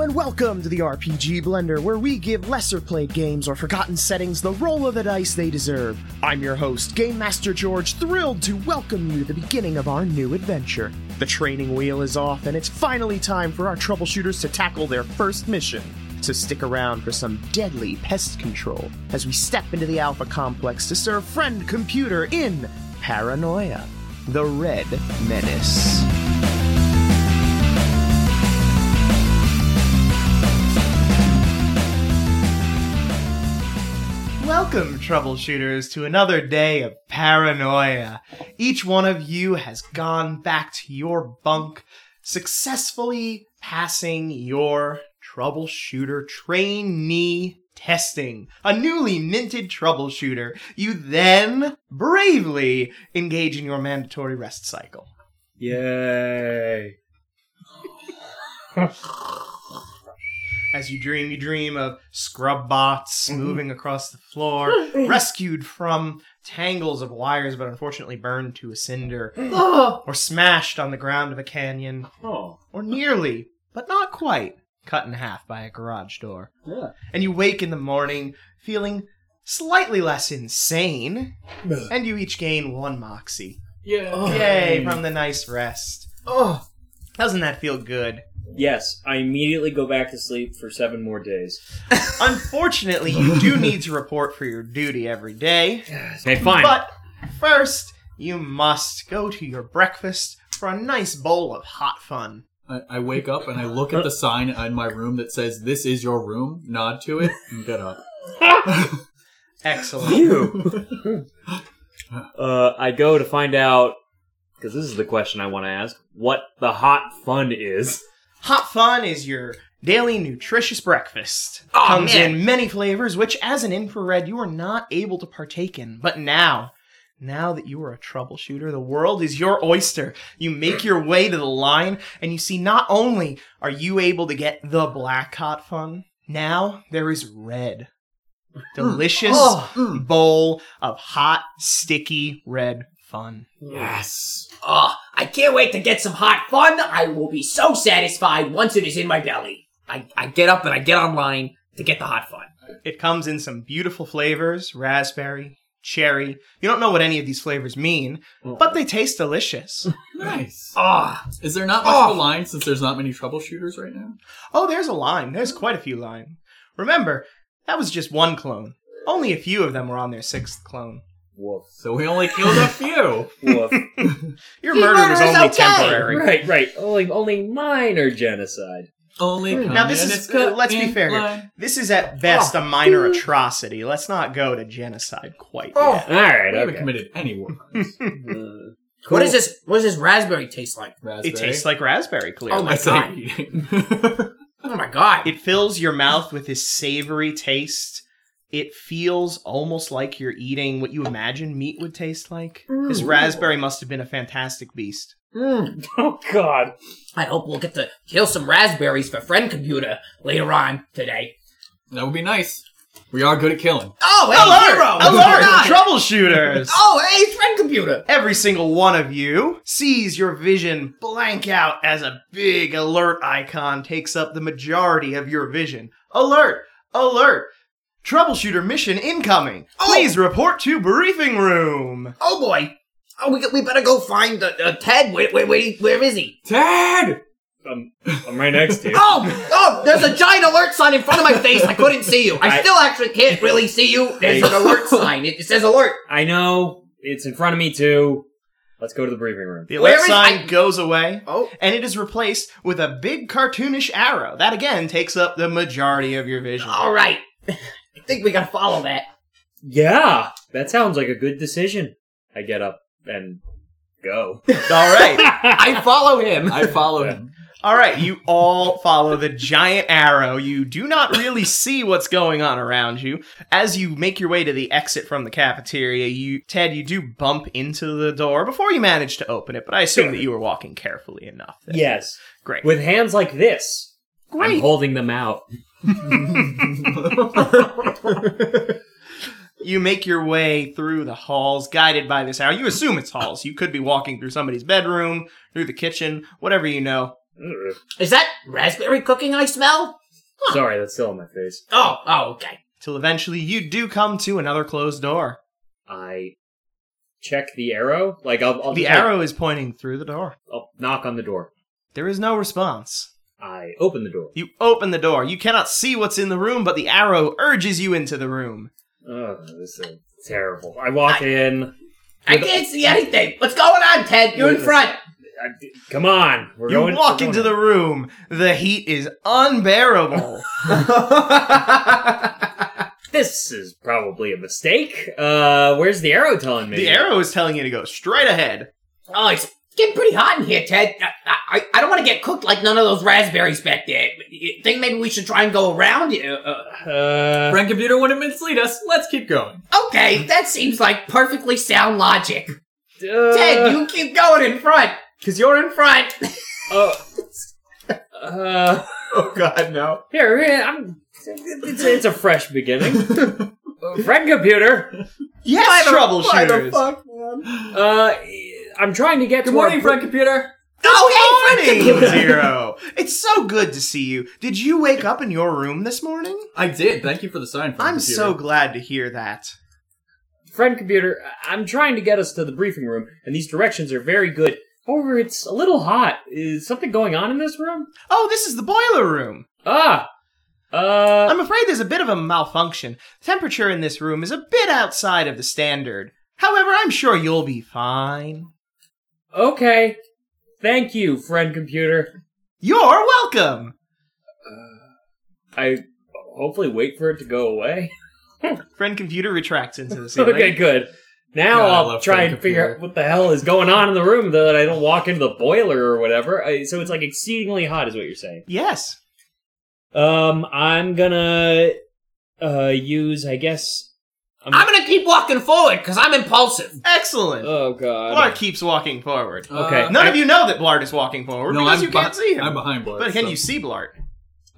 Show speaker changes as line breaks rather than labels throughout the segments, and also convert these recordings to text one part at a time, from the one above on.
to the RPG Blender, where we give lesser played games or forgotten settings the roll of the dice they deserve. I'm your host, Game Master George, thrilled to welcome you to the beginning of our new adventure. The training wheel is off, and it's finally time for our troubleshooters to tackle their first mission. So stick around for some deadly pest control as we step into the Alpha Complex to serve friend computer in Paranoia, the Red Menace. Welcome, troubleshooters, to another day of paranoia. Each one of you has gone back to your bunk, successfully passing your troubleshooter trainee testing. A newly minted troubleshooter, you then bravely engage in your mandatory rest cycle.
Yay!
As you dream, you dream of scrub bots moving across the floor, rescued from tangles of wires, but unfortunately burned to a cinder, or smashed on the ground of a canyon,
Oh,
or nearly, but not quite, cut in half by a garage door.
yeah.
And you wake in the morning feeling slightly less insane, and you each gain one moxie.
Yeah. Oh.
Yay, from the nice rest. Oh, doesn't that feel good?
Yes, I immediately go back to sleep for seven more days.
Unfortunately, you do need to report for your duty every day.
Okay, fine.
But first, you must go to your breakfast for a nice bowl of hot fun.
I, I wake up and I look at the sign in my room that says, This is your room, nod to it, and get up.
Excellent.
you. uh, I go to find out because this is the question I want to ask: what the hot fun is?
Hot Fun is your daily nutritious breakfast. Comes in many flavors, which as an infrared you are not able to partake in. But now, now that you are a troubleshooter, the world is your oyster. You make your way to the line, and you see not only are you able to get the black hot fun, now there is red. Delicious bowl of hot, sticky red fun.
Yes. Oh, I can't wait to get some hot fun. I will be so satisfied once it is in my belly. I, I get up and I get online to get the hot fun.
It comes in some beautiful flavors raspberry, cherry. You don't know what any of these flavors mean, but they taste delicious.
Nice.
Oh,
Is there not much of a line since there's not many troubleshooters right now?
oh, there's a line. There's quite a few line. Remember, that was just one clone. Only a few of them were on their sixth clone.
Woof.
So we only killed a few.
Woof.
Your murder was
murder's
only
okay!
temporary.
right, right. Only, only minor genocide.
Only
Hmm. Now, this is-
communists go
let's be
in
fair here.
line.
This is at best
Oh.
a minor atrocity. Let's not go to genocide quite
Oh.
yet.
All right.
We haven't
Okay.
committed any war crimes.
Uh,
what
cool.
does this? What does this raspberry taste like?
Raspberry.
It tastes like raspberry, clearly.
Oh my
I say
God.
eating.
Oh my god!
It fills your mouth with this savory taste. It feels almost like you're eating what you imagine meat would taste like. This raspberry must have been a fantastic beast.
Mm.
Oh God.
I hope we'll get to kill some raspberries for friend computer later on today.
that would be nice. We are good at killing.
Oh, hey, hero!
Alert!
Oh, God.
Troubleshooters!
Oh, hey, friend computer!
Every single one of you sees your vision blank out as a big alert icon takes up the majority of your vision. Alert! Alert! Troubleshooter mission incoming!
Oh.
Please report to briefing room!
Oh boy! Oh, we, we better go find uh, uh, Ted. Wait, wait, wait. Where is he?
Ted!
I'm, I'm right next to you.
Oh, oh, there's a giant alert sign in front of my face. I couldn't see you. I
I-
still actually can't really see you. There's an alert sign. It says alert.
I know it's in front of me too. Let's go to the briefing room.
The
Where
alert
is-
sign
I-
goes away,
Oh.
and it is replaced with a big cartoonish arrow. That again takes up the majority of your vision.
All right. I think we gotta follow that.
Yeah, that sounds like a good decision. I get up and go.
All right.
I follow him.
I follow him.
All right. You all follow the giant arrow. You do not really see what's going on around you. As you make your way to the exit from the cafeteria, you Ted, you do bump into the door before you manage to open it, but I assume that you were walking carefully enough. there.
yes,
Great.
with hands like this, I'm
Great.
holding them out.
You make your way through the halls, guided by this arrow. You assume it's halls. You could be walking through somebody's bedroom, through the kitchen, whatever you know.
Ugh.
Is that raspberry cooking I smell?
Sorry, that's still on my face.
Oh, oh, okay.
Till eventually you do come to another closed door.
I check the arrow. Like I'll, I'll
The
just, like,
arrow is pointing through the door.
I'll knock on the door.
There is no response.
I open the door.
You open the door. You cannot see what's in the room, but the arrow urges you into the room.
Oh, this is terrible. I walk in.
I can't see anything. What's going on, Ted? You're in front.
I, come on, we're
you
going.
walk
we're
into
going-
the room. The heat is unbearable.
This is probably a mistake. Uh, where's the arrow telling me?
the arrow is telling you to go straight ahead.
Oh, it's getting pretty hot in here, Ted. I, I, I don't want to get cooked like none of those raspberries back there. You think maybe we should try and go around? Uh, uh,
Uh,
Friend computer wouldn't mislead us. Let's keep going.
okay, that seems like perfectly sound logic.
uh,
Ted, you keep going in front, cause you're in front.
Oh. Uh,
Oh god, no.
here, here, I'm. It's, it's a fresh beginning. Uh, Friend computer,
Yes, troubleshooters.
fuck, man?
uh, I'm trying to get
Good
to
morning,
our-
friend computer.
Oh, hey, friend
Morning,
computer.
Zero. It's so good to see you. Did you wake up in your room this morning?
I did. Thank you for the sign. Friend
I'm
computer.
so glad to hear that.
Friend computer, I- I'm trying to get us to the briefing room, and these directions are very good. However, it's a little hot. Is something going on in this room?
Oh, this is the boiler room.
Ah! Uh,
I'm afraid there's a bit of a malfunction. Temperature in this room is a bit outside of the standard. However, I'm sure you'll be fine.
okay. Thank you, friend computer.
You're welcome.
I hopefully wait for it to go away.
Friend computer retracts into the ceiling.
okay, good. Now
God, I
I'll
love
try
friend
and figure out
computer.
what the hell is going on in the room that I don't walk into the boiler or whatever. I, so it's like exceedingly hot, is what you're saying.
Yes.
Um, I'm gonna uh use, I guess.
I'm gonna keep walking forward, cause I'm impulsive.
Excellent.
Oh god.
Blart keeps walking forward.
Okay.
Uh,
None
I-
of you know that Blart is walking forward
no,
because
I'm
you can't
beh-
see him.
I'm behind Blart.
but can
so-
you see Blart?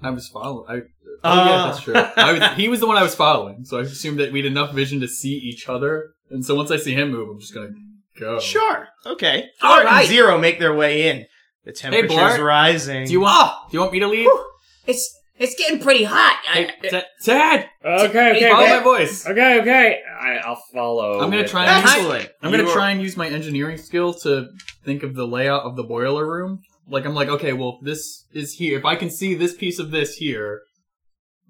I was following. I, oh
Uh.
yeah, that's true. I was, he was the one I was following, so I assumed that we had enough vision to see each other. And so once I see him move, I'm just gonna go.
Sure. Okay. Blart
All
and
right.
Zero make their way in. The temperature's
Blart.
rising.
Do you want? Do you want me to lead?
Whew. It's it's getting pretty hot. I,
Hey, Ted- Ted,
Okay, okay,
follow my
okay,
voice.
okay, okay. I, I'll follow.
I'm gonna
with
try
that.
and-
Excellent.
I'm gonna
You are-
try and use my engineering skill to think of the layout of the boiler room. Like I'm like, okay, well, this is here. If I can see this piece of this here,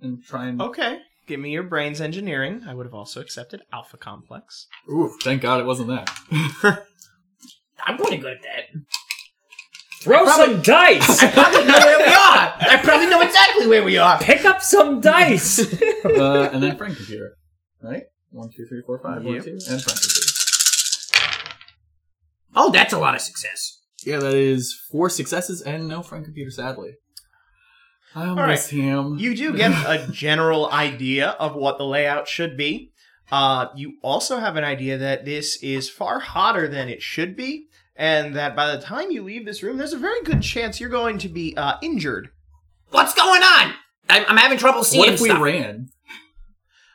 and try and
Okay. Give me your brains engineering. I would have also accepted Alpha Complex.
ooh, thank God it wasn't that.
I'm pretty good at that.
Throw some dice.
I probably know where we are. I probably know exactly where we are.
Pick up some dice.
uh, and then friend computer, right? One, two, three, four, five, one,
Yep.
two, and friend computer.
Oh, that's a lot of success.
Yeah, that is four successes and no friend computer. Sadly, I
right.
miss him.
You do get a general idea of what the layout should be. Uh, you also have an idea that this is far hotter than it should be, and that by the time you leave this room, there's a very good chance you're going to be uh, injured.
What's going on? I'm, I'm having trouble seeing
what if we
stuff.
ran?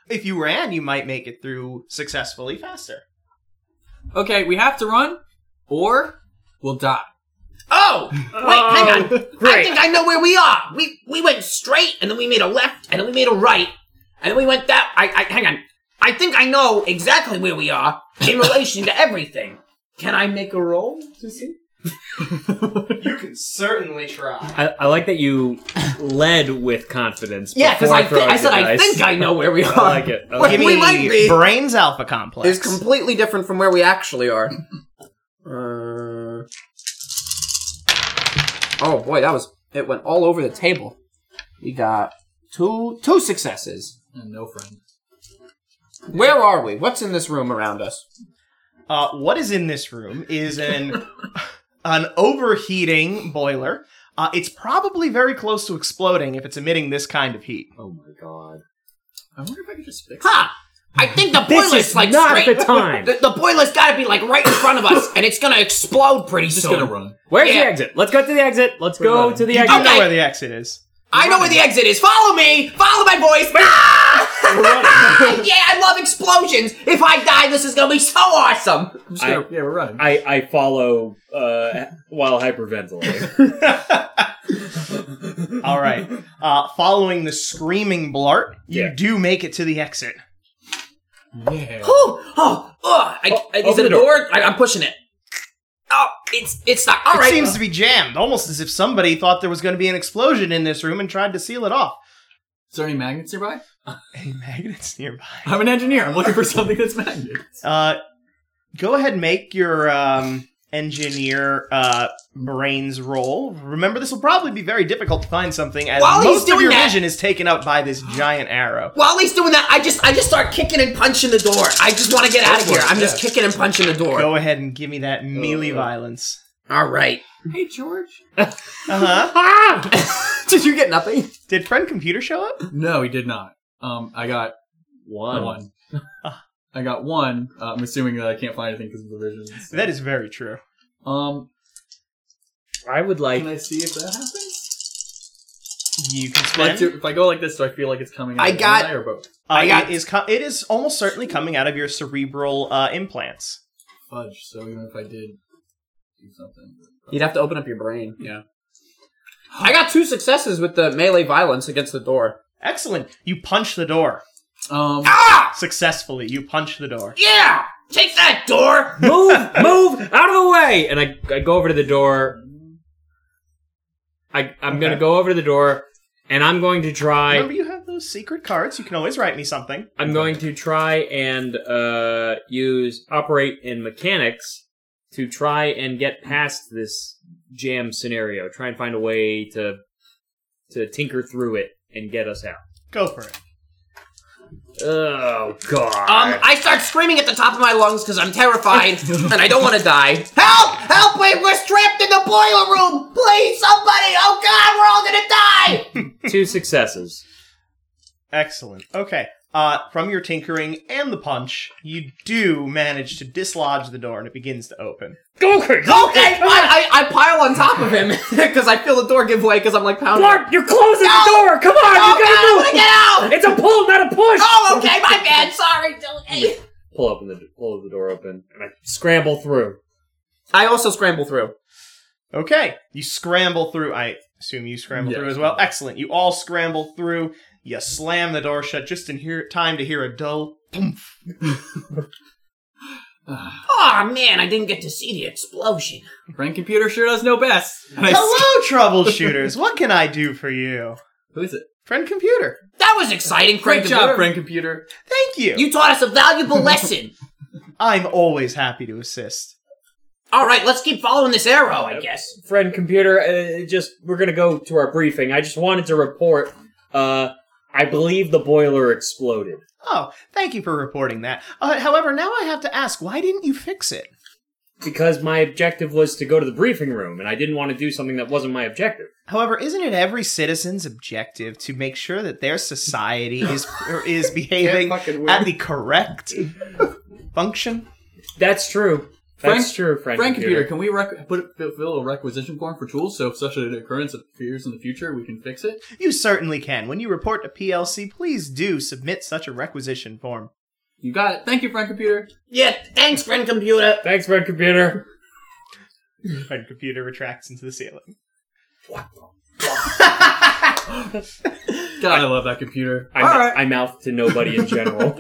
If you ran, you might make it through successfully faster.
Okay, we have to run, or we'll die.
oh, wait, hang on. I
Oh, Great.
think I know where we are. We we went straight, and then we made a left, and then we made a right, and then we went that. I, I hang on. I think I know exactly where we are in relation to everything. Can I make a roll to see?
You can certainly try.
I, I like that you led with confidence.
Yeah, because
before
I, thi-
throwing
I said
the
I
dice.
think I know where we are.
I like it. I like
Give
it.
me
We might be.
brains alpha complex.
is completely different from where we actually are. uh, oh boy, that was it went all over the table. We got two two successes.
And no friend.
Where are we? What's in this room around us?
Uh, what is in this room is an an overheating boiler. Uh, it's probably very close to exploding if it's emitting this kind of heat.
Oh my god.
I wonder if I could just fix.
Ha! I think the
This
boiler's
is
like
not
straight.
the time.
The, the boiler's got to be like right in front of us, and it's gonna explode pretty
Just
soon.
gonna run.
Where's
Yeah.
the exit? Let's go to the exit. Let's go
running.
to the
You do
exit.
know
Okay.
where the exit is.
I know where the exit is. Follow me. Follow my voice. Ah! yeah, I love love explosions. If I die, this is gonna be so awesome.
I'm just gonna,
I-
yeah, we're running.
I, I follow uh, while hyperventilating.
All right. Uh, following the screaming blart, you
Yeah.
do make it to the exit.
yeah.
Whew. Oh, oh, I,
Oh,
I- is
open
it
the
a door? I, I'm pushing it. Oh, it's it's not. All
it
right.
seems to be jammed, almost as if somebody thought there was going to be an explosion in this room and tried to seal it off.
Is there any magnets nearby?
Any magnets nearby?
I'm an engineer. I'm looking for something that's magnets.
Uh, go ahead and make your um, engineer uh, brains roll. Remember, this will probably be very difficult to find something, as
While he's
most of
doing
your
that-
vision is taken up by this giant arrow.
While he's doing that, I just I just start kicking and punching the door. I just want to get out of here. I'm just kicking and punching the door.
Go ahead and give me that melee
Uh.
violence.
All right.
Hey, George.
Uh huh.
Ah! Did you get nothing?
Did friend computer show up?
No, he did not. Um, I got
One.
one. I got one. Uh, I'm assuming that I can't find anything because of the visions.
That is very true.
Um,
I would like.
can I see if that happens?
You can
Like,
spend.
do, if I go like this, do I feel like it's coming? Out
I
of
got-
one eye or both?
Uh,
I got-
it is co- it is almost certainly coming out of your cerebral uh, implants.
fudge. So even if I did do something,
You'd have to open up your brain. Yeah. I got two successes with the melee violence against the door.
Excellent. You punch the door
um,
Ah!
successfully. You punch the door.
Yeah! Take that door!
move, move, out of the way! And I, I go over to the door. I, I'm gonna
Okay.
go over to the door, and I'm going to try.
Remember, you have those secret cards. You can always write me something.
I'm going to try and uh, use operate in mechanics to try and get past this jam scenario. Try and find a way to to tinker through it and get us out.
Go for it.
Oh God!
Um, I start screaming at the top of my lungs because I'm terrified and I don't want to die. Help! Help! Wait, we're trapped in the boiler room! Please, somebody! Oh god, we're all gonna die!
Two successes.
Excellent. Okay. Uh, from your tinkering and the punch, you do manage to dislodge the door, and it begins to open.
Go quick!
Okay, fine. I, I pile on top of him because I feel the door give way because I'm like pounding.
you're closing
No!
door! Come on!
Oh god, I'm gonna get out!
It's a pull, not a push.
Oh, okay, my bad. Sorry, Dylan.
Pull open the pull the door open, and I scramble through.
I also scramble through.
Okay. You scramble through. I assume you scramble
Yeah.
through as well. Excellent. You all scramble through. You slam the door shut just in here, time to hear a dull thump.
Oh man, I didn't get to see the explosion.
Frank Computer sure does know best. And I s-
Hello, troubleshooters. What can I do for you?
Who is it?
Friend computer.
That was exciting, Craig.
Great job,
Computer.
Frank Computer.
Thank you.
You taught us a valuable lesson.
I'm always happy to assist.
All right, let's keep following this arrow, I guess.
Friend computer, uh, just we're gonna go to our briefing. I just wanted to report. Uh, I believe the boiler exploded.
Oh, thank you for reporting that. Uh, however, now I have to ask, why didn't you fix it?
Because my objective was to go to the briefing room, and I didn't want to do something that wasn't my objective.
However, isn't it every citizen's objective to make sure that their society is or is behaving
fucking win.
at the correct function?
That's true. That's
Frank-
true, friend.
Frank Computer, can we rec- put fill a requisition form for tools so if such an occurrence appears in the future, we can fix it?
You certainly can. When you report to PLC, please do submit such a requisition form.
You got it. Thank you, Frank Computer.
Yeah, thanks, friend computer.
Thanks, friend computer.
Friend computer retracts into the ceiling.
God, I love that computer.
I,
All right.
I mouth to nobody in general.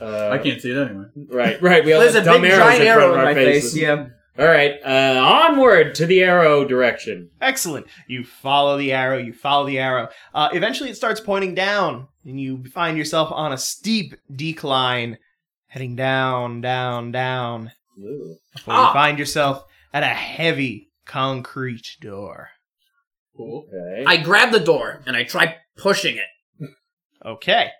uh,
I can't see it anyway.
Right, right. We all have dumb arrows in front of our faces.
Yeah.
All right, uh, onward to the arrow direction.
Excellent. You follow the arrow, you follow the arrow. Uh, eventually, it starts pointing down, and you find yourself on a steep decline, heading down, down, down, before you
Ah.
find yourself at a heavy concrete door.
Cool.
Okay.
I grab the door and I try pushing it.
Okay.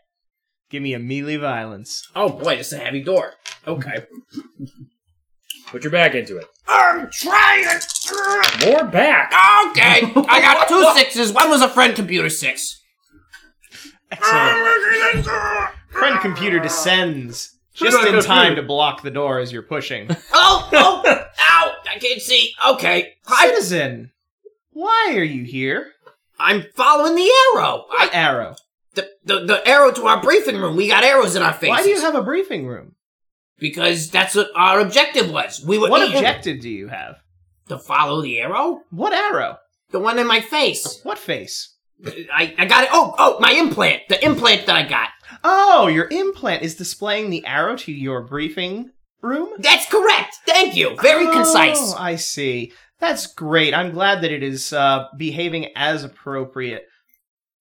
Give me a melee violence.
Oh boy, it's a heavy door. Okay.
Put your back into it.
I'm trying.
More back.
Okay, I got two sixes. One was a friend computer six.
Excellent. Friend computer descends just in time to block the door as you're pushing.
Oh, oh, ow! I can't see. Okay, I,
Citizen, why are you here?
I'm following the arrow. I,
Arrow.
the, the, the arrow to our briefing room. We got arrows in our faces.
Why do you have a briefing room?
because that's what our objective was. We were
What
eaten
objective do you have?
to follow the arrow?
What arrow?
The one in my face.
What face?
I, I got it. Oh, oh, my implant. The implant that I got.
Oh, your implant is displaying the arrow to your briefing room?
That's correct. Thank you. Very
Oh,
concise.
I see. That's great. I'm glad that it is uh, behaving as appropriate.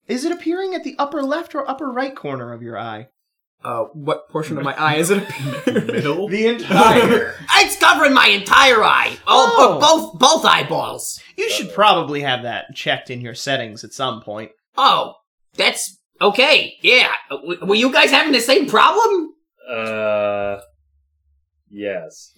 Is it appearing at the upper left or upper right corner of your eye?
Uh, what portion of my eye is it?
Middle.
The entire.
It's covering my entire eye. Oh,
Oh.
or both both eyeballs.
you should probably have that checked in your settings at some point.
Oh, that's okay. Yeah. Uh, w- Were you guys having the same problem?
Uh, yes.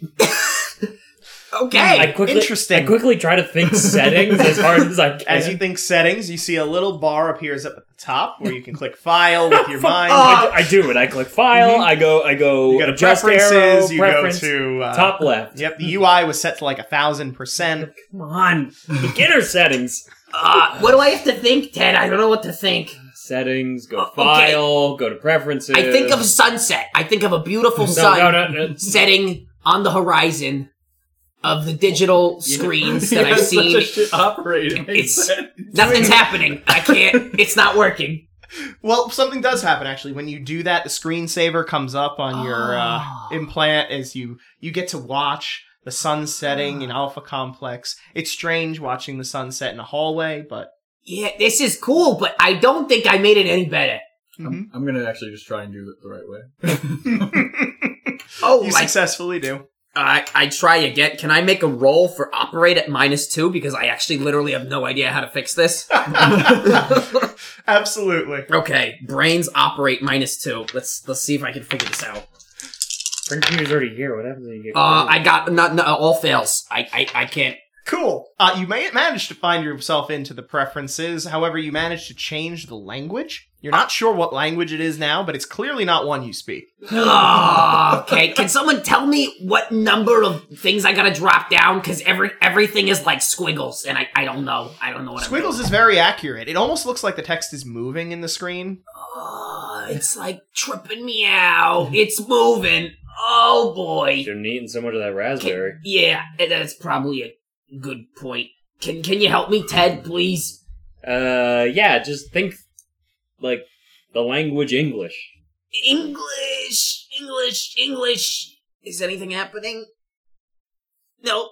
Okay.
I quickly,
Interesting.
I quickly try to think settings as hard as I can.
As you think settings, you see a little bar appears up at the top where you can click file with your mind. Mm-hmm.
I, I do it. I click file. I go. I go.
you go to
adjust
preferences,
arrow,
you
preference,
go to uh,
top left.
Yep, the UI was set to like a thousand percent.
Come on, beginner settings.
uh, what do I have to think, Ted? I don't know what to think.
Settings. Go
Uh, okay.
file. Go to preferences.
I think of sunset. I think of a beautiful sun.
No, no, no, no.
setting on the horizon of the digital screens that I've seen.
Such a shit operating.
It's- Nothing's happening. I can't. It's not working.
Well, something does happen actually when you do that. The screensaver comes up on your uh,
Ah.
Oh.
implant as you you get to watch the sun setting
Ah.
in Alpha Complex. It's strange watching the sunset in a hallway, but
Yeah, this is cool, but I don't think I made it any better.
Mm-hmm.
Mhm.
I'm gonna actually just try and do it the right way.
Oh,
you
I,
successfully do.
I, I try again. Can I make a roll for operate at minus two? Because I actually literally have no idea how to fix this.
Absolutely.
okay, brains operate minus two. Let's let's see if I can figure this out.
Computer's already here. What happens when you get?
Uh, I got not, not all fails. I, I I can't.
Cool. Uh, you may manage to find yourself into the preferences. However, you manage to change the language. You're not sure what language it is now, but it's clearly not one you speak.
Oh, okay. Can someone tell me what number of things I gotta drop down? Because every everything is like squiggles, and I, I don't know. I don't know what
Squiggles is very accurate. It almost looks like the text is moving in the screen.
I'm doing. Oh, it's like tripping me out. It's moving. Oh boy.
You're eating so much of that
Can,
raspberry.
yeah, that's probably a good point. Can Can you help me, Ted? Please.
Uh, yeah. Just think like the language English.
English, English, English. Is anything happening? No.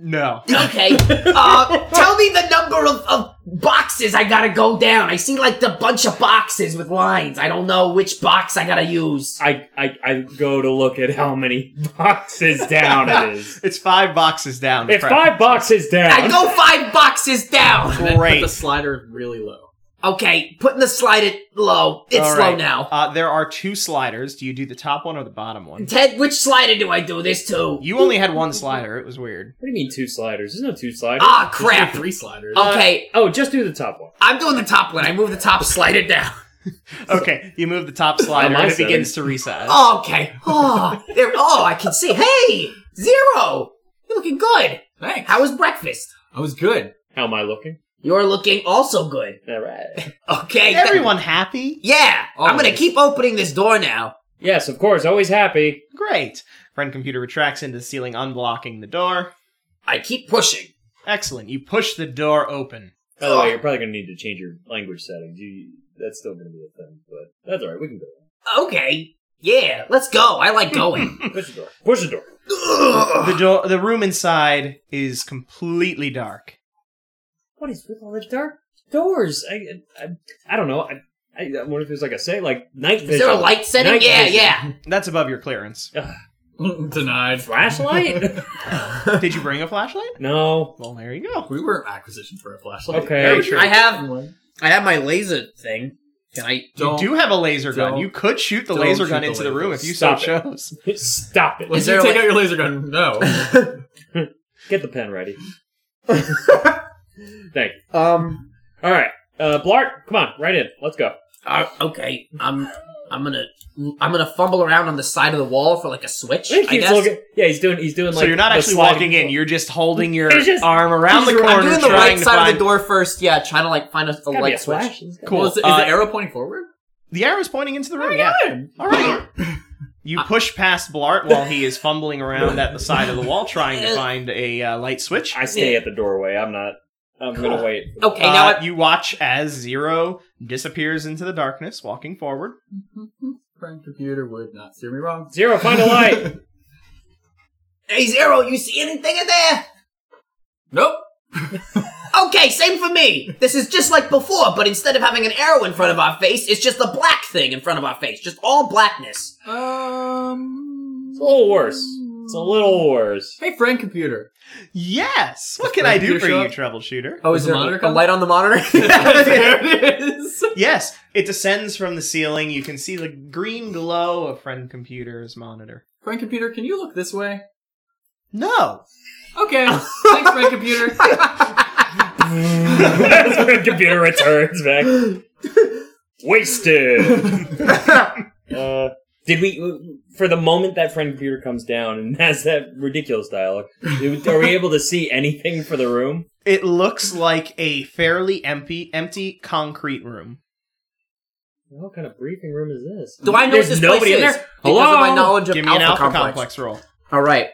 No.
Okay. Uh, tell me the number of, of boxes I gotta go down. I see like the bunch of boxes with lines. I don't know which box I gotta use.
I, I I go to look at how many boxes down it is.
It's five boxes down. the
It's
preference.
five boxes
I
down.
go five boxes down.
And then
Great.
Put the slider really low.
Okay, putting the slide at low. It's
All
low
right.
now.
Uh, there are two sliders. Do you do the top one or the bottom one?
Ted, which slider do I do this to?
You only had one slider. It was weird.
What do you mean two sliders? There's no two sliders.
Ah,
There's like
crap.
Three sliders.
Uh,
Okay,
Oh, just do the top one.
I'm doing the top one. I move the top slider down.
Okay, you move the top slider
Am I
and it
setting?
begins to resize.
Oh, okay. Oh, there. Oh, I can see. Hey, zero. You're looking good.
Thanks.
Oh, How was breakfast?
I was good.
How am I looking?
You're looking also good.
All right.
Okay. th-
Everyone happy?
Yeah, I'm gonna
Always.
keep opening this door now.
yes, of course. Always happy.
Great. Friend computer retracts into the ceiling, unblocking the door.
I keep pushing.
Excellent. You push the door open.
By the
Ugh.
way, you're probably gonna need to change your language settings. You, that's still gonna be a thing, but that's all right. We can go.
Oh, Okay, yeah, let's go. I like going.
Push the door. Push the door.
The door, the room inside is completely dark.
What is with all the dark doors? I I, I don't know. I, I I wonder if there's like a say like night vision.
Is there a light setting?
Night
yeah,
vision.
yeah.
That's above your clearance.
Denied.
flashlight?
Did you bring a flashlight?
no.
Well, there you go.
We were acquisition for a flashlight.
Okay.
true.
I have I have my laser thing. Can I?
You
Don't-
do have a laser gun.
don't-
You could shoot the
don't
laser
shoot
gun
the
into the
laser.
room if you
Stop
so chose.
Stop it.
Well,
Is
you
there,
take
like-
out your laser gun. No.
Get the pen ready. Thank you.
Um.
All right. Uh, Blart, come on, right in. Let's go.
Uh, okay, I'm I'm gonna I'm gonna fumble around on the side of the wall for like a switch. I
Keeps
guess.
looking- yeah, he's doing. He's doing like.
so you're not
the
actually
sliding-
walking in. You're just holding your
It's just-
arm around the
I'm
corner,
doing the
trying
right
to
side
find
of the door first. Yeah, trying to like find a, a
Gotta be
light
a
switch.
flash.
Cool.
Well, is, is
Uh,
the arrow pointing forward?
The arrow's pointing into the room. yeah. All right. You push past Blart while he is fumbling around at the side of the wall trying to find a uh, light switch.
I stay at the doorway. I'm not. I'm gonna wait.
Okay,
Uh,
now what?
you watch as Zero disappears into the darkness, walking forward.
Friend computer would not steer me wrong.
Zero, find a light.
Hey Zero, you see anything in there?
Nope.
Okay, same for me. This is just like before, but instead of having an arrow in front of our face, it's just a black thing in front of our face. Just all blackness.
Um.
It's a little worse. It's a little worse.
Hey, friend computer.
Yes. What
Does
can I do
Breakthrough
for
show
you,
up?
troubleshooter?
Oh,
Does
is
the
there
monitor
a
come?
light on the monitor?
there it is.
Yes. It descends from the ceiling. You can see the green glow of friend computer's monitor.
Friend computer, can you look this way?
No.
Okay. Thanks, friend computer.
That's when the computer returns back. Wasted. Uh, did we? For the moment that friend computer comes down and has that ridiculous dialogue, it- are we able to see anything for the room?
It looks like a fairly empty, empty concrete room.
What kind of briefing room is this?
Do I know
There's
what this
nobody
place
in
is?
there.
Because of my
Hello?
knowledge of
Give me an
alpha,
alpha
complex.
complex, roll.
All right.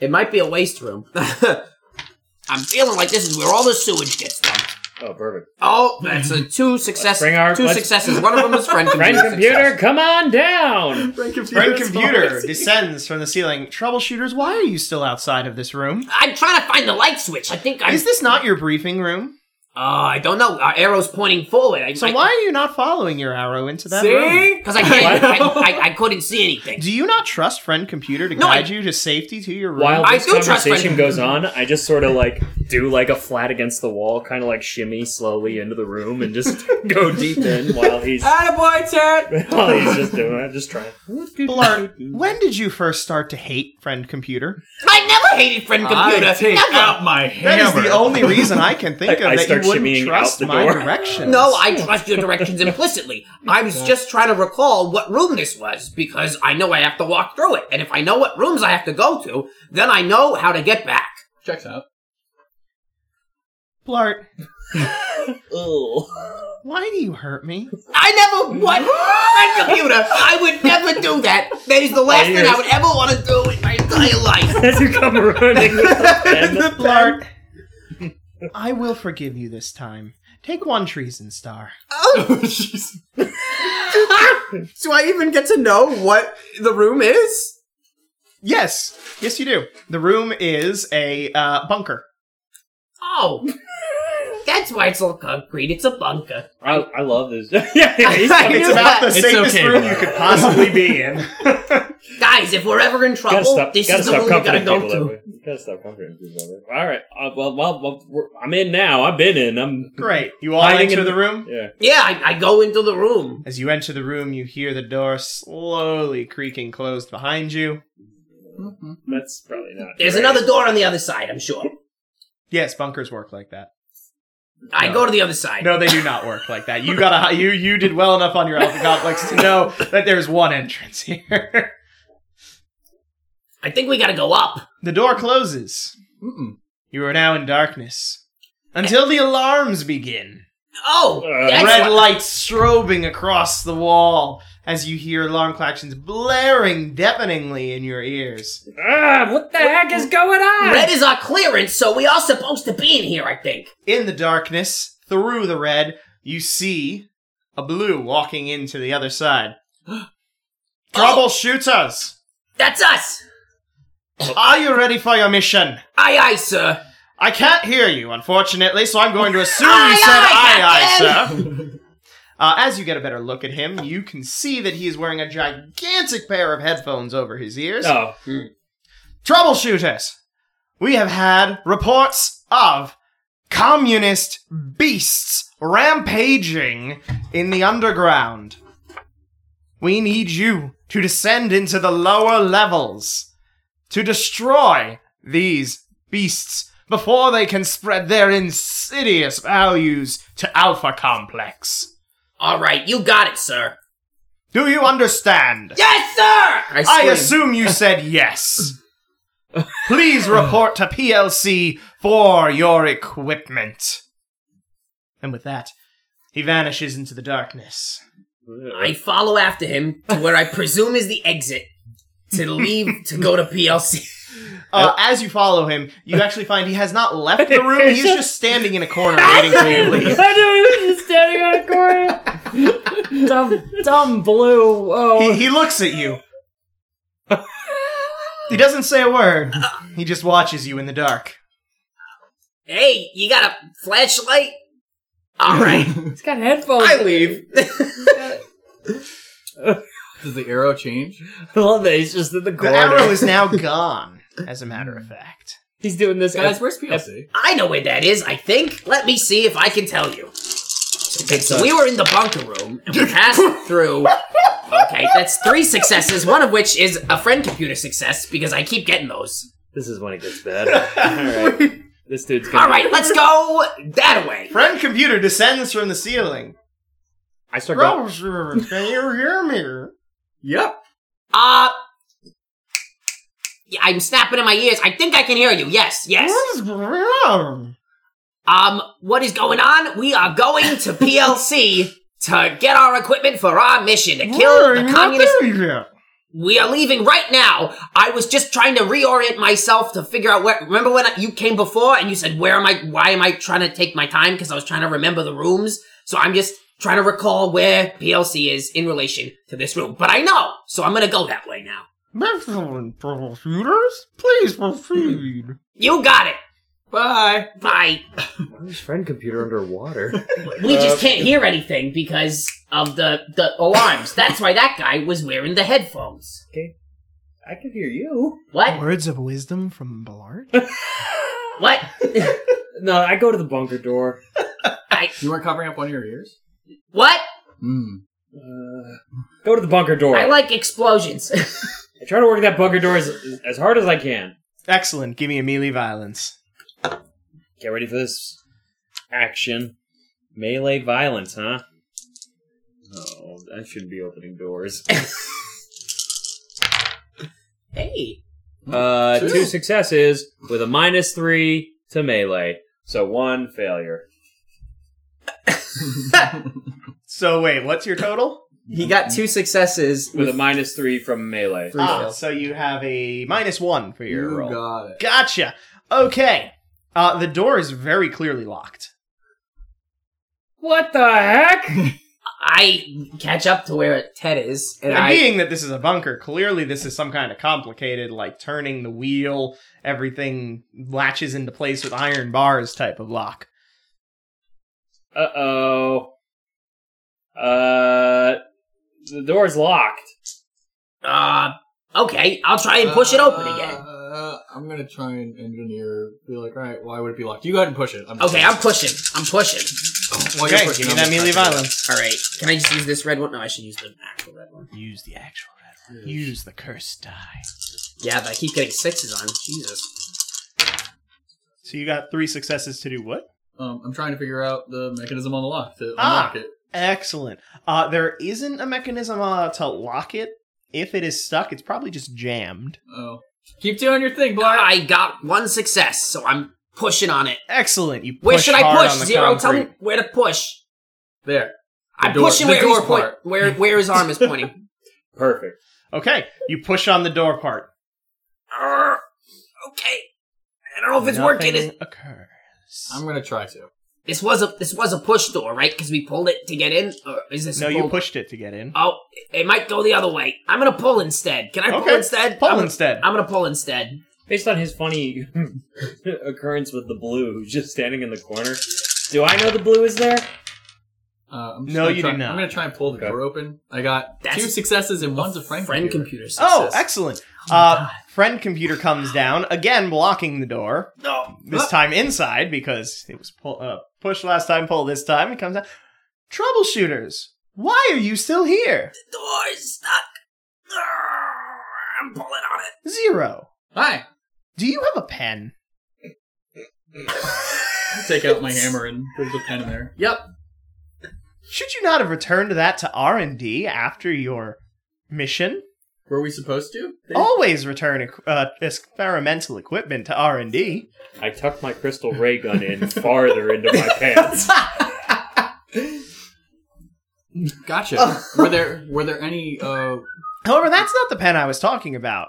It might be a waste room. I'm feeling like this is where all the sewage gets dumped.
Oh, perfect.
Oh, that's a two success,
Mm-hmm. bring our-
two
let's-
successes. One of them was friend computer.
Friend computer, come on down.
friend computer.
Friend
is
computer
always-
descends from the ceiling. Troubleshooters, why are you still outside of this room?
I'm trying to find the light switch. I think I'm.
Is this not your briefing room?
Uh, I don't know. Our arrow's pointing forward. I,
So why are you not following your arrow into that room?
See?
Because I, can't. I, I, I couldn't see anything.
Do you not trust friend computer to
No, I-
guide you to safety to your room?
While
I
this
do trust friend
conversation
computer.
goes on, I just sort of like do like a flat against the wall, kind of like shimmy slowly into the room and just go deep in while he's
Attaboy, Ted.
while he's just doing it, just trying.
Blart, when did you first start to hate friend computer?
I never hated friend computer.
I take
never.
Oh.
out my
That
hammer.
is the only reason I can think of
I
that
start
you wouldn't
shimmying out
trust
the
my
door.
directions.
No, I trust your directions implicitly. I was just trying to recall what room this was because I know I have to walk through it. And if I know what rooms I have to go to, then I know how to get back.
Checks out.
Blart,
Ugh.
why do you hurt me?
I never what friend computer. I would never do that. That is the last thing I would ever want to do in my entire life.
As you come running with the pen.
Blart, I will forgive you this time. Take one treason star.
Jeez.
Do I even get to know what the room is?
Yes, yes, you do. The room is a uh, bunker.
Oh. That's why it's all concrete. It's a bunker.
I, I love this. yeah, yeah, he's
I
coming
It's
knew
to-
about the
that.
It's
safest
okay,
room
Blart.
you could possibly be in.
Guys, if we're ever in trouble,
Gotta stop,
this
gotta
is the
stop
room we gotta
comforting
go
people that
to.
way. Gotta stop comforting people that way. All right. Uh, well, well, well we're, I'm in now. I've been in. I'm.
Great. You all
Hiding
enter
in-
the room.
Yeah.
Yeah, I, I go into the room.
As you enter the room, you hear the door slowly creaking closed behind you.
That's probably not.
There's
great.
another door on the other side, I'm sure.
Yes, bunkers work like that.
I
No.
go to the other side.
No, they do not work like that. You got a you you did well enough on your alpha complex to know that there's one entrance here.
I think we gotta go up.
the door closes.
Mm-mm.
You are now in darkness until the alarms begin.
Oh,
Uh,
that's
Red
what-
lights strobing across the wall as you hear alarm clactions blaring deafeningly in your ears.
Ah, what the heck is going on?
red is our clearance, so we are supposed to be in here. I think.
In the darkness, through the red, you see a blue walking into the other side. Troubleshooters!
That's us. Oh.
Are you ready for your mission?
Aye, aye, sir.
I can't hear you, unfortunately, so I'm going to assume you
Aye,
said aye,
aye,
aye, sir. Uh, as you get a better look at him, you can see that he is wearing a gigantic pair of headphones over his ears.
Oh,
Troubleshooters! We have had reports of communist beasts rampaging in the underground. We need you to descend into the lower levels to destroy these beasts before they can spread their insidious values to Alpha Complex.
All right, you got it, sir.
Do you understand?
Yes, sir! I,
I
scream.
assume you said yes. Please report to PLC for your equipment. And with that, he vanishes into the darkness.
I follow after him to where I presume is the exit to leave to go to PLC.
Uh, as you follow him,
uh,
you actually find he has not left the room. He's just standing in a corner waiting for you to leave.
I know he was just standing on a corner. dumb, dumb blue.
He,
Oh,
he looks at you. He doesn't say a word. He just watches you in the dark.
Hey, you got a flashlight? All right,
he's got headphones.
I leave.
Does the arrow change?
I love that he's just in the
The
corner.
arrow is now gone, as a matter of fact.
he's doing this,
Guys,
guys.
where's PLC?
I know where that is, I think. Let me see if I can tell you. Okay, so we were in the bunker room and we passed through. Okay, that's three successes, one of which is a friend computer success because I keep getting those.
This is when it gets bad. All right. This dude's gonna.
All right, let's go that way.
Friend computer descends from the ceiling.
I start going.
Grocery, Can you hear me?
Yep.
Uh, yeah, I'm snapping in my ears. I think I can hear you. Yes, yes.
What is going on?
Um, what is going on? We are going to PLC to get our equipment for our mission to kill
We're
the
not
communist.
there yet.
We are leaving right now. I was just trying to reorient myself to figure out where. Remember when you came before and you said, "Where am I? Why am I trying to take my time?" Because I was trying to remember the rooms. So I'm just trying to recall where PLC is in relation to this room. But I know, so I'm gonna go that way now.
Excellent, trouble shooters. Please proceed.
You got it.
Bye.
Bye.
Why is friend computer underwater?
We just
Uh,
can't hear anything because of the the alarms. That's why that guy was wearing the headphones.
I can hear you.
What?
Words of wisdom from Ballard?
What?
No, I go to the bunker door.
I
You weren't covering up one of your ears?
what?
Hmm.
Uh, go to the bunker door.
I like explosions.
I try to work that bunker door as, as hard as I can.
Excellent. Give me a melee violence.
Get ready for this action. Melee violence, huh? Oh, I shouldn't be opening doors.
hey.
Uh,
Two.
two successes with a minus three to melee. So one failure.
So wait, what's your total?
He got two successes
With a minus three from melee.
Three
Ah,
fails.
so you have a minus one for your
You
roll.
got it.
Gotcha. Okay. Uh, the door is very clearly locked.
What the heck?
I catch up to where Ted is, and
And
I
being that this is a bunker, clearly this is some kind of complicated, like turning the wheel, everything latches into place with iron bars type of lock.
uh oh. Uh, the door's locked.
uh okay, I'll try and push it open again.
Uh, I'm gonna try and engineer. Be like, all right, why would it be locked? You go ahead and push it. I'm just-
Okay, I'm pushing. I'm pushing.
While
okay,
you're pushing,
give me
I'm
that
just
melee
typing it.
violence.
All right, can I just use this red one? No, I should use the actual red one.
Use the actual red. Use the cursed die.
Yeah, but I keep getting sixes on. Jesus.
So you got three successes to do what?
Um, I'm trying to figure out the mechanism on the lock to
Ah.
unlock it.
Excellent. Uh, there isn't a mechanism uh, to lock it. If it is stuck, it's probably just jammed.
Oh, keep doing your thing, Blar.
I got one success, so I'm pushing on it.
Excellent. You
Where
push
should I
hard on
push?
the
Zero. Tell me
concrete.
where to push.
There.
I'm
door-
pushing
the
where
door
he's point,
part.
where where his arm is pointing.
Perfect.
Okay, you push on the door part.
Arr, okay, I don't know if it's working. It-
Nothing occurs.
I'm gonna try to.
This was a this was a push door, right? Because we pulled it to get in, or is this?
no,
a
you
pull-
pushed it to get in.
Oh, it might go the other way. I'm gonna pull instead. Can I pull
Okay.
instead?
Pull
I'm,
instead.
I'm gonna pull instead.
Based on his funny occurrence with the blue, who's just standing in the corner. Do I know the blue is there?
Uh, I'm just
No,
gonna
you
try-
do not.
I'm gonna try and pull the
Okay.
door open. I got
That's
two successes and one's a friend.
Friend
computer.
computer.
oh,
success.
excellent. Uh, friend computer comes down again, blocking the door.
no.
This time inside because it was pull, uh, push last time, pull this time. It comes out. Troubleshooters, why are you still here?
The door is stuck. Arr, I'm pulling on it.
Zero.
Hi.
Do you have a pen?
I take out my hammer and put the pen in there. Yep.
Should you not have returned that to R and D after your mission?
Were we supposed to? They-
Always return equ- uh, experimental equipment to R and D.
I tucked my crystal ray gun in farther into my pants.
Gotcha. were there were there any? Uh,
However, that's not the pen I was talking about.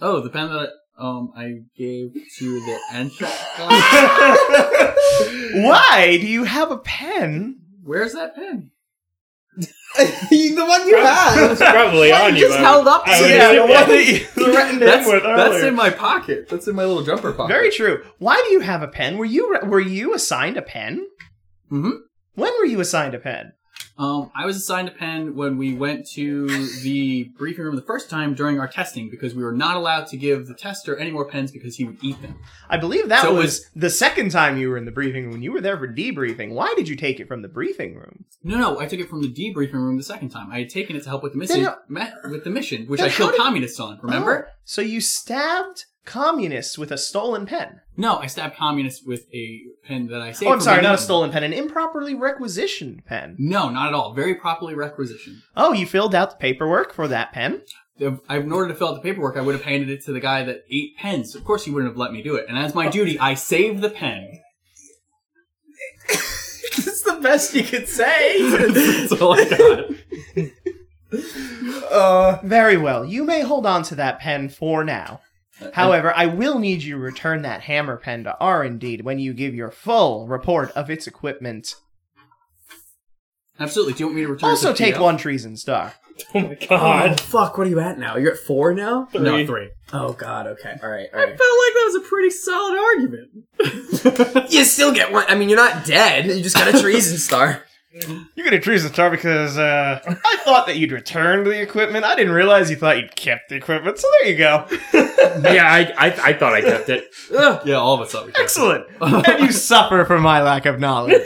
oh, the pen that I, um I gave to the entrance.
Why do you have a pen?
Where's that pen?
the one you have.
It's probably
Well,
on
you
you.
just
I would-
held up
I
to
would
it.
Yeah, the
assume
one that you threatened him
That's
with
that's
earlier.
in my pocket. That's in my little jumper pocket.
Very true. Why do you have a pen? Were you were you assigned a pen?
Mhm.
When were you assigned a pen?
Um, I was assigned a pen when we went to the briefing room the first time during our testing because we were not allowed to give the tester any more pens because he would eat them.
I believe that
So it
was, the second time you were in the briefing room. You were there for debriefing. Why did you take it from the briefing room?
No, no, I took it from the debriefing room the second time. I had taken it to help with the mission,
Then
ma- with the mission, which
Then
I
how
killed
did-
communists on. Remember?
Oh, so you stabbed communists with a stolen pen.
No, I stabbed communists with a pen that I saved.
oh, I'm
from
sorry,
my
not a
gun.
stolen pen, an improperly requisitioned pen.
No, not at all. Very properly requisitioned.
Oh, you filled out the paperwork for that pen.
If- I- In order to fill out the paperwork, I would have handed it to the guy that ate pens. Of course, he wouldn't have let me do it. And as my duty, I saved the pen.
It's the best you could say.
That's all I got.
Uh,
Very well. You may hold on to that pen for now. However, I will need you to return that hammer pen to R&D when you give your full report of its equipment.
Absolutely. Do you want me to return? it
Also
to
take
PL?
one treason star.
Oh my god.
fuck, what are you at now? You're at four now?
No, three.
Oh, God, okay. All right, all right.
that was a pretty solid argument.
You still get one. I mean, you're not dead. You just got a treason star.
You get a treason star because uh, I thought that you'd returned the equipment. I didn't realize you thought you'd kept the equipment. So there you go.
Yeah, I, I, I thought I kept it.
Ugh.
Yeah, all of us thought we could.
Excellent. and you suffer for my lack of knowledge.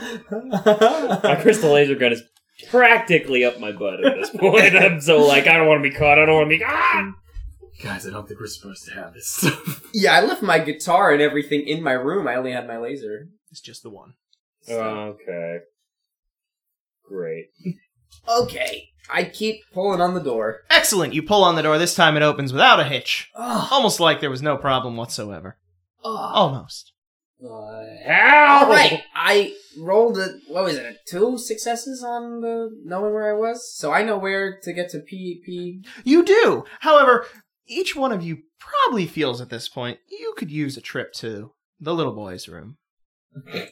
My crystal laser gun is practically up my butt at this point. I'm so like, I don't want to be caught. I don't want to be. Ah!
Guys, I don't think we're supposed to have this stuff.
yeah, I left my guitar and everything in my room. I only had my laser.
it's just the one.
Uh, Okay. Great.
Okay. I keep pulling on the door.
Excellent. You pull on the door. This time it opens without a hitch.
Oh,
Almost like there was no problem whatsoever. Oh. Almost.
Ow!
All right, I rolled a what was it? A two successes on the knowing where I was, so I know where to get to P P.
You do. However, each one of you probably feels at this point you could use a trip to the little boy's room.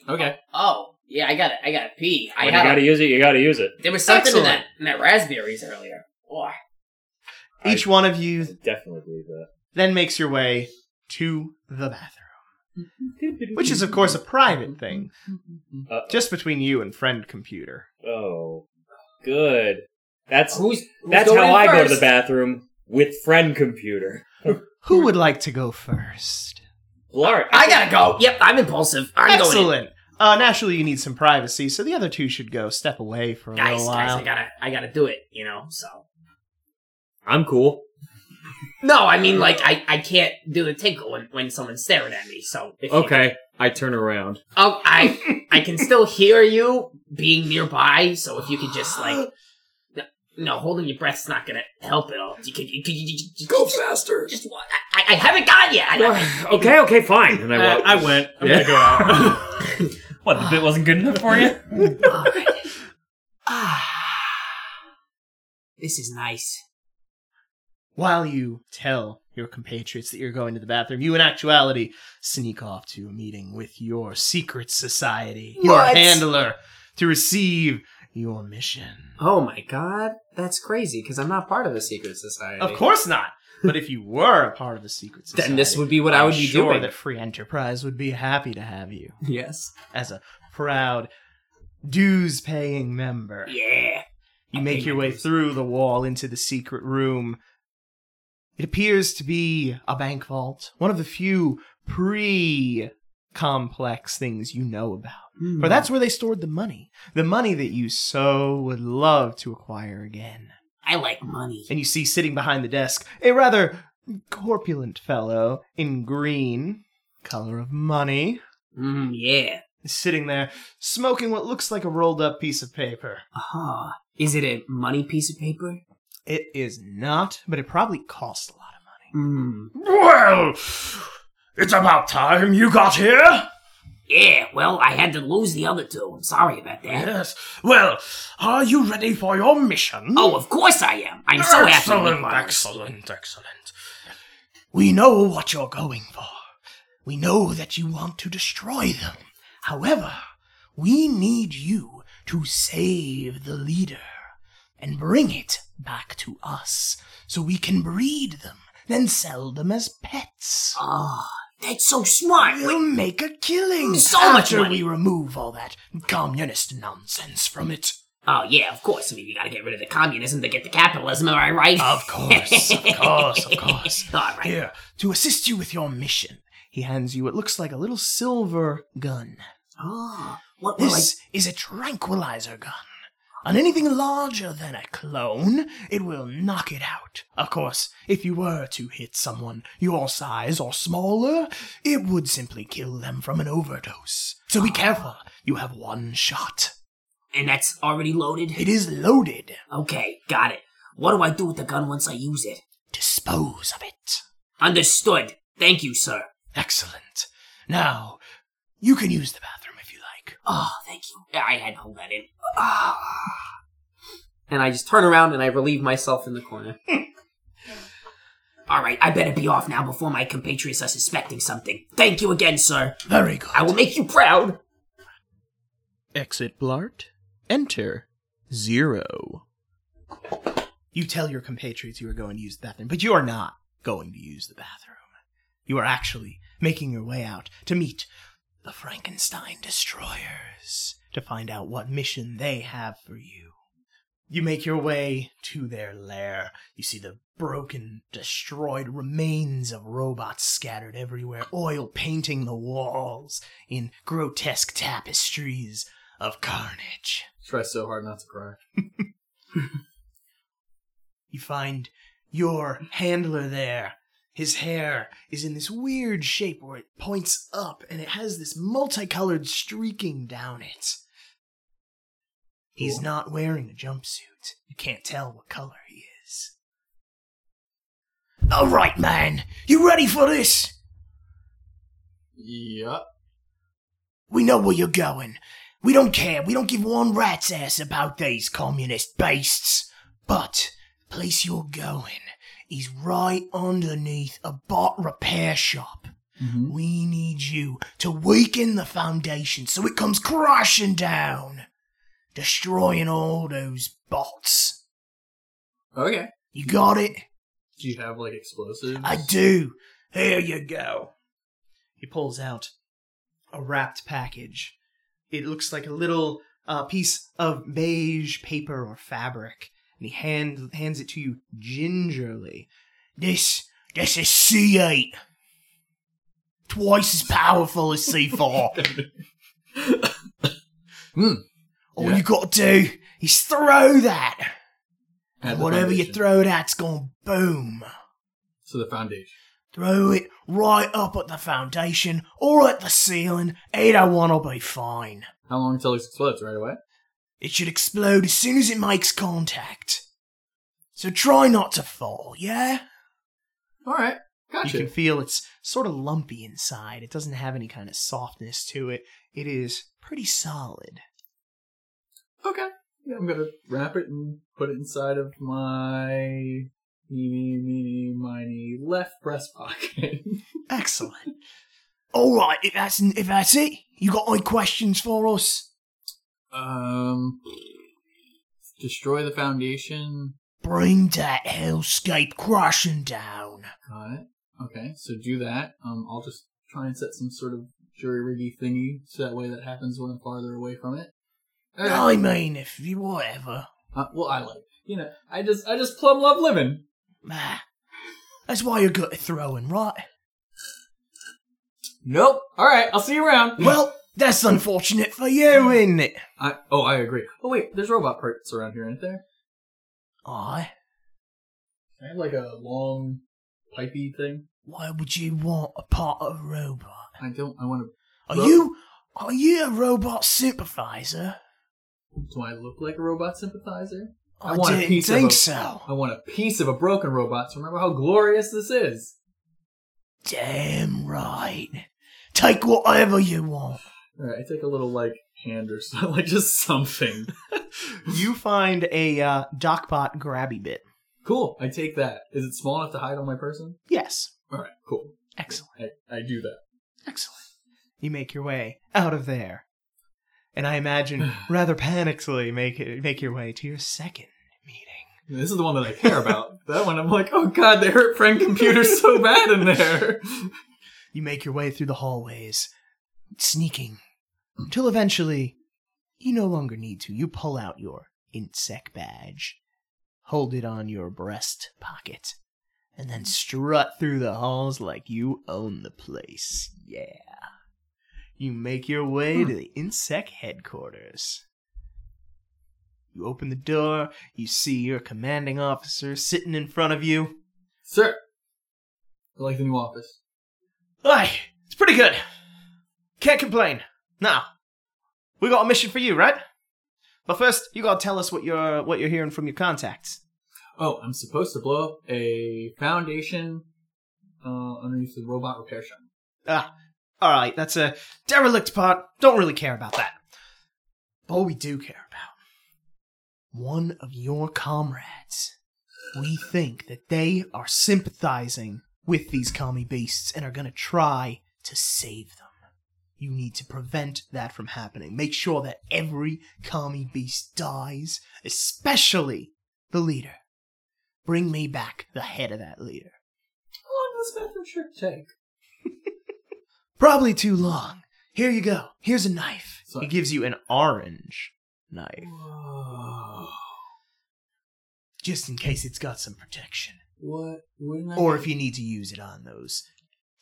okay.
Oh, yeah, I got it. I got a P. I
When you e-
had.
gotta
A,
use it, you gotta use it.
there was something in
Excellent.
that in that raspberries earlier. Oh,
I-
Each one of you
Definitely believe that.
then makes your way to the bathroom, which is, of course, a private thing,
Uh,
just between you and friend computer.
oh, good. That's
who's, who's
that's
going
how I go to the
first?
bathroom with friend computer.
Who would like to go first?
Laura,
I gotta go. Yep, I'm impulsive. I'm going.
Excellent. Uh, naturally, you need some privacy, so the other two should go step away for a
In. Guys,
little
guys,
while.
I gotta, I gotta do it. You know. So
I'm cool.
no, I mean like I, I can't do the tinkle when, when someone's staring at me. So if you-
Okay, I turn around.
oh, I, I can still hear you being nearby. So if you could just like, no, no holding your breath's not gonna help at all. You could, you could, you, could- you, go faster. Just, wa- I, I I haven't gone yet. I,
okay, okay, fine. And Uh, I walk.
I went.
I'm gonna go out. what the bit wasn't good enough for you?
this is nice.
While you tell your compatriots that you're going to the bathroom, you in actuality sneak off to a meeting with your secret society, your
What?
handler, to receive your mission.
Oh my god, that's crazy because I'm not part of the secret society.
Of course not. But if you were a part of the secret society,
Then this would be what I
I'm
would be
sure
doing.
that Free Enterprise would be happy to have you
yes.
as a proud dues-paying member.
Yeah.
You make your way through the wall into the secret room. It appears to be a bank vault, one of the few pre complex things you know about. But that's where they stored the money. The money that you so would love to acquire again.
I like money.
And you see sitting behind the desk a rather corpulent fellow in green, color of money,
Hmm,
Mm, yeah.
is sitting there smoking what looks like a rolled up piece of paper.
Aha. Is it a money piece of paper?
It is not, but it probably costs a lot of money.
Hmm.
Well, it's about time you got here.
Yeah, well, I had to lose the other two. I'm sorry about that.
Yes. Well, are you ready for your mission?
Oh, of course I am. I'm so happy. to be
excellent,
part of this.
excellent, excellent. We know what you're going for. We know that you want to destroy them. However, we need you to save the leader and bring it back to us so we can breed them, then sell them as pets.
Ah, that's so smart. Wait,
We'll make a killing
So much
after
money.
we remove all that communist nonsense from it.
Oh yeah, of course. I mean, you got to get rid of the communism to get the capitalism. Am I right?
Of course, of course, of course.
All right.
Here, to assist you with your mission, he hands you what looks like a little silver gun.
Ah, what will I?
This is a tranquilizer gun. On anything larger than a clone, it will knock it out. Of course, if you were to hit someone your size or smaller, it would simply kill them from an overdose. So be careful, you have one shot.
And that's already loaded.
It is loaded.
Okay, got it. What do I do with the gun once I use it?
Dispose of it.
Understood. Thank you, sir.
Excellent. Now, you can use the bathroom if you like.
Oh, thank you. Yeah, I had to hold that in.
And I just turn around and I relieve myself in the corner.
All right, I better be off now before my compatriots are suspecting something. Thank you again, sir.
Very good.
I will make you proud.
Exit Blart. Enter Zero.
You tell your compatriots you are going to use the bathroom, but you are not going to use the bathroom. You are actually making your way out to meet the Frankenstein Destroyers to find out what mission they have for you. You make your way to their lair. You see the broken, destroyed remains of robots scattered everywhere, oil painting the walls in grotesque tapestries of carnage.
Try so hard not to cry.
You find your handler there. His hair is in this weird shape where it points up and it has this multicolored streaking down it. He's not wearing a jumpsuit. You can't tell what color he is. All right, man. You ready for this?
Yup.
We know where you're going. We don't care. We don't give one rat's ass about these communist bastes. But the place you're going is right underneath a bot repair shop.
Mhm.
We need you to weaken the foundation so it comes crashing down, destroying all those bots.
Okay.
You got it?
Do you have like explosives?
I do. Here you go. He pulls out a wrapped package. It looks like a little uh, piece of beige paper or fabric, and he hand, hands it to you gingerly. This, this is C8. Twice as powerful as C4.
Hmm.
All
Yeah.
you gotta do is throw that.
At the
Whatever you
foundation.
throw, that's gonna boom.
So the foundation.
Throw it right up at the foundation or at the ceiling. Either one will be fine.
How long until it explodes? Right away.
It should explode as soon as it makes contact. So try not to fall, yeah?
All right. Gotcha.
You can feel it's sort of lumpy inside. It doesn't have any kind of softness to it. It is pretty solid.
Okay. Yeah, I'm gonna wrap it and put it inside of my meeny meeny miny left breast pocket.
Excellent. All right, if that's if that's it, you got any questions for us?
um, destroy the foundation.
Bring that hellscape crashing down.
Got it. Okay, so do that. Um, I'll just try and set some sort of jury riggy thingy, so that way that happens when I'm farther away from it. Alright.
I mean, if you whatever.
Uh, well, I like, you know, I just, I just plumb love living.
Ah, that's why you're good at throwing, right?
Nope. All right, I'll see you around.
Well, that's unfortunate for you, isn't it?
I, oh, I agree. Oh wait, there's robot parts around here, aren't there?
Aye.
Can I have like a long, pipey thing?
Why would you want a part of a robot?
I don't. I want to.
Are
Well-
you Are you a robot sympathizer?
Do I look like a robot sympathizer?
I,
I want a
didn't
piece of
think
a-
so.
I want a piece of a broken robot to remember how glorious this is.
Damn right. Take whatever you want.
All right, I take a little like hand or something, like just something.
You find a uh, Docbot grabby bit.
Cool. I take that. Is it small enough to hide on my person?
Yes.
All right. Cool.
Excellent.
I, I do that.
Excellent. You make your way out of there. And I imagine rather panically make it, make your way to your second meeting.
This is the one that I care about. that one, I'm like, oh god, they hurt friend computer so bad in there.
You make your way through the hallways, sneaking, until eventually you no longer need to. You pull out your insect badge, hold it on your breast pocket, and then strut through the halls like you own the place. Yeah. You make your way to the insect headquarters. You open the door, you see your commanding officer sitting in front of you.
Sir, I like the new office.
Aye, it's pretty good. Can't complain. Now, we got a mission for you, right? But first, you gotta tell us what you're what you're hearing from your contacts.
Oh, I'm supposed to blow up a foundation uh, underneath the robot repair shop.
Ah, All right, that's a derelict part. Don't really care about that. But what we do care about, one of your comrades. We think that they are sympathizing with these commie beasts and are gonna try to save them. You need to prevent that from happening. Make sure that every commie beast dies, especially the leader. Bring me back the head of that leader.
How long does this bathroom trip take?
Probably too long. Here you go. Here's a knife.
So-
He gives you an orange knife,
Whoa.
just in case it's got some protection.
What? Wouldn't I
Or
get-
if you need to use it on those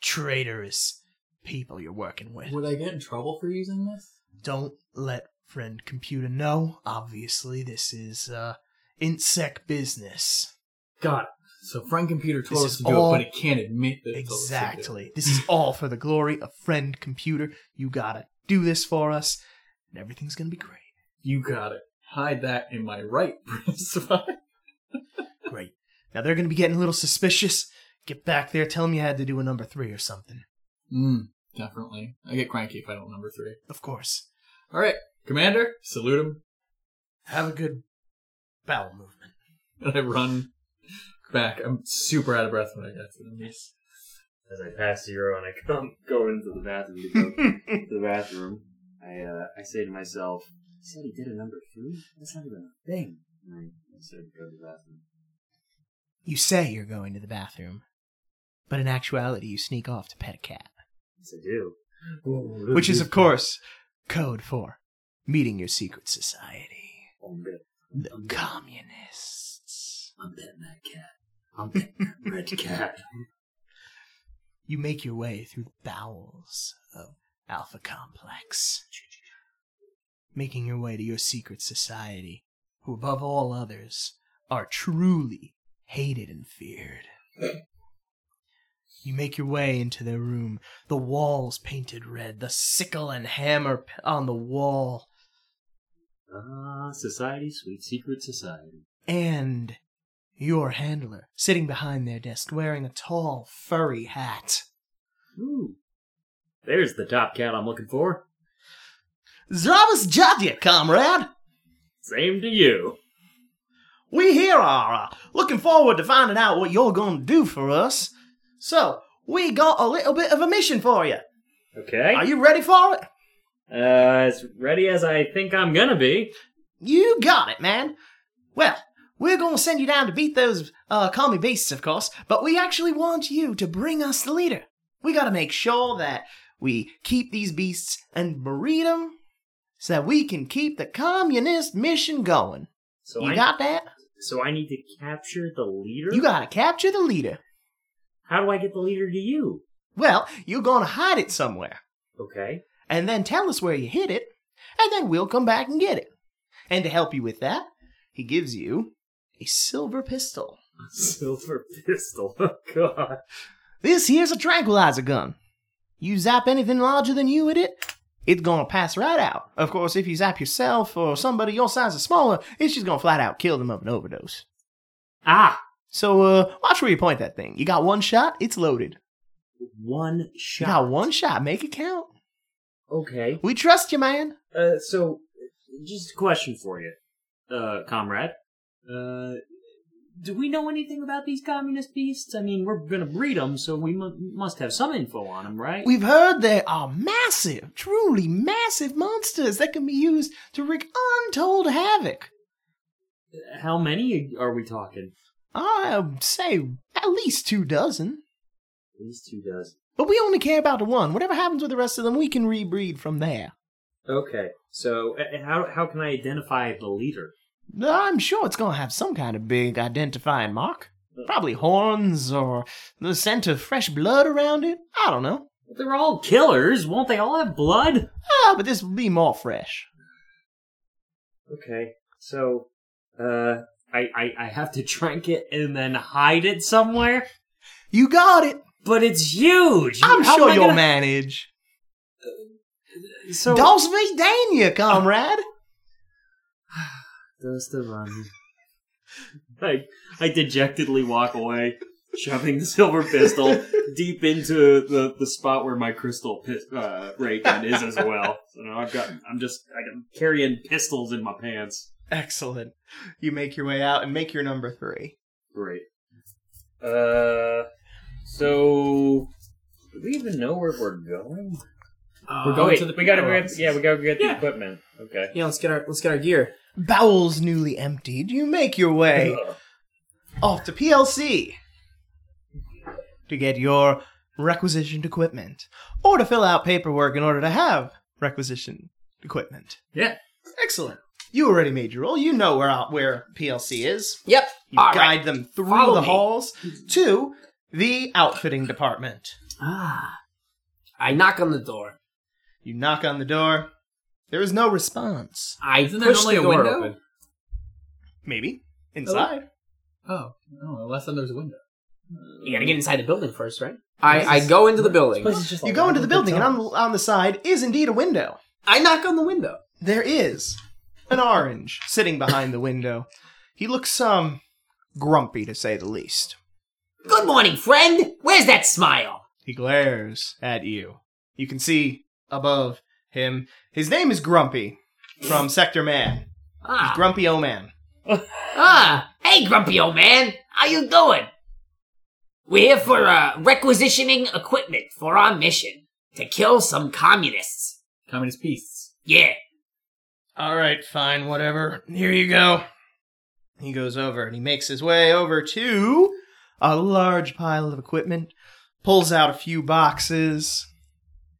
traitorous people you're working with.
Would I get in trouble for using this?
Don't let friend computer know. Obviously, this is uh insect business.
Got it. So friend computer told
This
us
is
to do
all-
it, but it can't admit that. it told us to do it.
Exactly. This is all for the glory of friend computer. You gotta do this for us, and everything's gonna be great.
You got it. Hide that in my right breast pocket.
Great. Now they're going to be getting a little suspicious. Get back there. Tell them you had to do a number three or something.
Mm, definitely. I get cranky if I don't number three.
Of course.
All right, Commander, salute him,
Have a good bowel movement.
and I run back. I'm super out of breath when I get to them.
As I pass zero and I come go into the bathroom to go to the bathroom, I uh, I say to myself, "He said he did a number three. That's not even a thing." And I, I said, "Go to the bathroom."
You say you're going to the bathroom, but in actuality, you sneak off to pet a cat,
Yes, I do.
which is, of course, code for meeting your secret society,
I'm bet-
the communists.
I'm betting that cat. I'm betting that red cat.
You make your way through the bowels of Alpha Complex, making your way to your secret society, who, above all others, are truly hated and feared. You make your way into their room, the walls painted red, the sickle and hammer p- on the wall,
Ah, society, sweet secret society.
and your handler sitting behind their desk wearing a tall, furry hat.
Ooh, there's the top cat I'm looking for.
Zavas Jadia, comrade!
Same to you.
We here are uh, looking forward to finding out what you're going to do for us. So, we got a little bit of a mission for you.
Okay.
Are you ready for it?
Uh, as ready as I think I'm gonna be.
You got it, man. Well, we're going to send you down to beat those uh, commie beasts, of course, but we actually want you to bring us the leader. We got to make sure that we keep these beasts and breed them so that we can keep the communist mission going.
So
you
I
got that?
so I need to capture the leader.
You got to capture the leader.
How do I get the leader to you?
Well, you're going to hide it somewhere.
Okay.
and then tell us where you hid it, and then we'll come back and get it. And to help you with that, he gives you a silver pistol.
Silver pistol. Oh god.
This here's a tranquilizer gun. You zap anything larger than you with it, it's gonna pass right out. Of course, if you zap yourself or somebody your size is smaller, it's just gonna flat out kill them of an overdose.
Ah,
So uh, watch where you point that thing. You got one shot, it's loaded.
one
You
shot.
got one shot, make it count.
Okay.
We trust you, man.
Uh, so, just a question for you, uh, comrade. Uh, do we know anything about these communist beasts? I mean, we're gonna breed them, so we mu- must have some info on them, right?
We've heard they are massive, truly massive monsters that can be used to wreak untold havoc.
How many are we talking?
I'd say at least two dozen.
These two does.
But we only care about the one. Whatever happens with the rest of them, we can rebreed from there.
Okay. So, uh, how how can I identify the leader?
I'm sure it's going to have some kind of big identifying mark. Probably horns or the scent of fresh blood around it. I don't know.
They're all killers. Won't they all have blood?
Ah, but this will be more fresh.
Okay. So, uh, I, I I have to drink it and then hide it somewhere.
You got it.
But it's huge.
I'm
How am
sure
I
you'll
gonna-
manage.
So
Dos me Dania, comrade.
Dos Devani. I I dejectedly walk away, shoving the silver pistol deep into the, the spot where my crystal pis- uh, ray gun is as well. So now I've got I'm just I'm carrying pistols in my pants.
Excellent. You make your way out and make your number three.
Great. Uh, so do we even know where we're going?
Uh,
We're going to the power offices.
gotta get
the
equipment. Okay.
Yeah, let's get our let's get our gear.
Bowels newly emptied, you make your way
Uh,
off to PLC to get your requisitioned equipment or to fill out paperwork in order to have requisitioned equipment.
Yeah.
Excellent. You already made your roll. You know where where PLC is.
Yep.
You
All
guide them through
Follow
the
me.
halls to the outfitting department.
Ah. I knock on the door.
You knock on the door. There is no response.
I
Isn't there
push
normally
the
a
door
window?
open.
Maybe inside.
Oh, oh, last time there was a window.
You gotta get inside the building first, right? I, I go into the building.
You go into the building, and on, on the side is indeed a window.
I knock on the window.
There is an orange sitting behind the window. He looks um grumpy to say the least.
Good morning, friend. Where's that smile?
He glares at you. You can see above him. His name is Grumpy from Sector Man. He's
Ah,
Grumpy O Man.
ah. Hey, grumpy old man. How you doing? We're here for uh, requisitioning equipment for our mission to kill some communists.
Communist beasts.
Yeah.
All right, fine, whatever. Here you go. He goes over and he makes his way over to a large pile of equipment, pulls out a few boxes,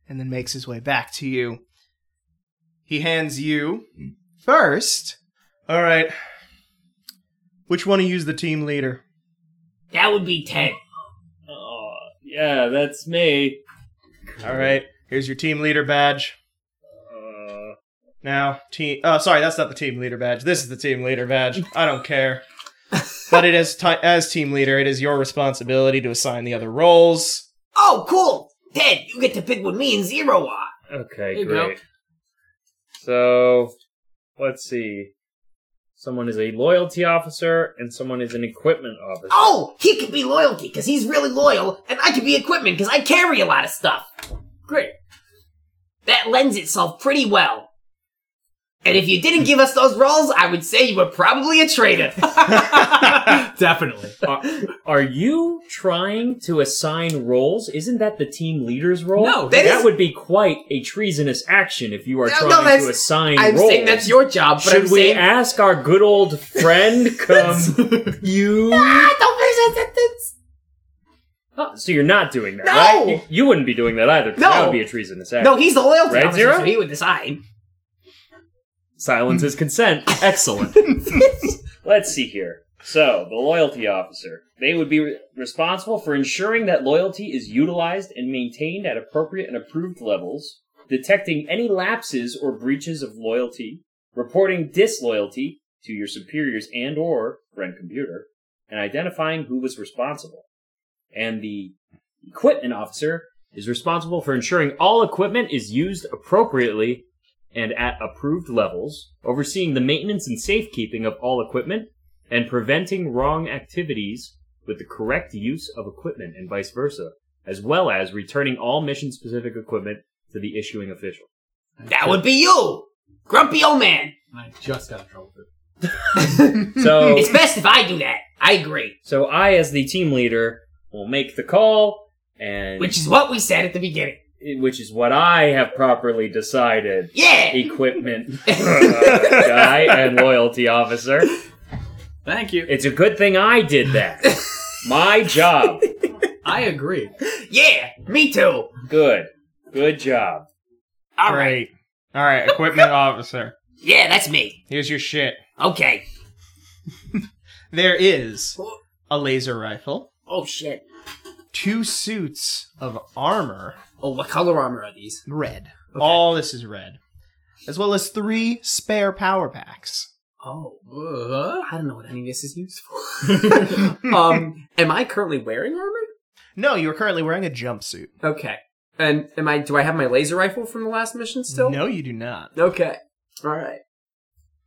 and then makes his way back to you. He hands you first. All right. Which one of you is the team leader?
That would be Ted.
Oh, yeah, that's me.
All right. Here's your team leader badge.
Uh,
Now, team. Uh, sorry, that's not the team leader badge. This is the team leader badge. I don't care. but it is ti as team leader, it is your responsibility to assign the other roles.
Oh, cool. Ted, you get to pick what me and Zero are.
Okay,
There you go.
great. So, let's see. Someone is a loyalty officer, and someone is an equipment officer.
Oh, he could be loyalty because he's really loyal, and I could be equipment because I carry a lot of stuff. Great. That lends itself pretty well. And if you didn't give us those roles, I would say you were probably a traitor.
Definitely.
Are, are you trying to assign roles? Isn't that the team leader's role?
No,
that
that,
is-
would be quite a treasonous action if you are
No, no,
trying
that's-
to assign
I'm
roles.
saying that's your job, but
Should
I'm
we
saying
ask our good old friend come you?
ah, don't finish that sentence.
Oh, so you're not doing that,
No!
right? You, you wouldn't be doing that either. 'cause That
No.
would be a treasonous action.
No, he's the loyalty
Right,
officer,
Zero?
so he would decide.
Silence is consent. Excellent. Let's see here. So, the loyalty officer. They would be re- responsible for ensuring that loyalty is utilized and maintained at appropriate and approved levels, detecting any lapses or breaches of loyalty, reporting disloyalty to your superiors and or friend computer, and identifying who was responsible. And the equipment officer is responsible for ensuring all equipment is used appropriately and at approved levels, overseeing the maintenance and safekeeping of all equipment, and preventing wrong activities with the correct use of equipment and vice versa, as well as returning all mission specific equipment to the issuing official.
That would be you, grumpy old man.
And I just got in trouble with it.
So
It's best if I do that. I agree,
So I, as the team leader, will make the call, and
which is what we said at the beginning.
which is what I have properly decided.
Yeah.
Equipment uh, guy and loyalty officer.
Thank you.
It's a good thing I did that. My job.
I agree.
Yeah, me too.
Good. Good job.
All
Great.
right.
All right, equipment officer.
Yeah, that's me.
Here's your shit.
Okay.
There is a laser rifle,
Oh shit.
two suits of armor,
Oh, what color armor are these?
red. All this is red, as well as three spare power packs.
Oh,
Uh-huh.
I don't know what any of this is used for. um, am I currently wearing armor?
No, you are currently wearing a jumpsuit.
Okay. And am I? Do I have my laser rifle from the last mission still?
No, you do not.
Okay. All right.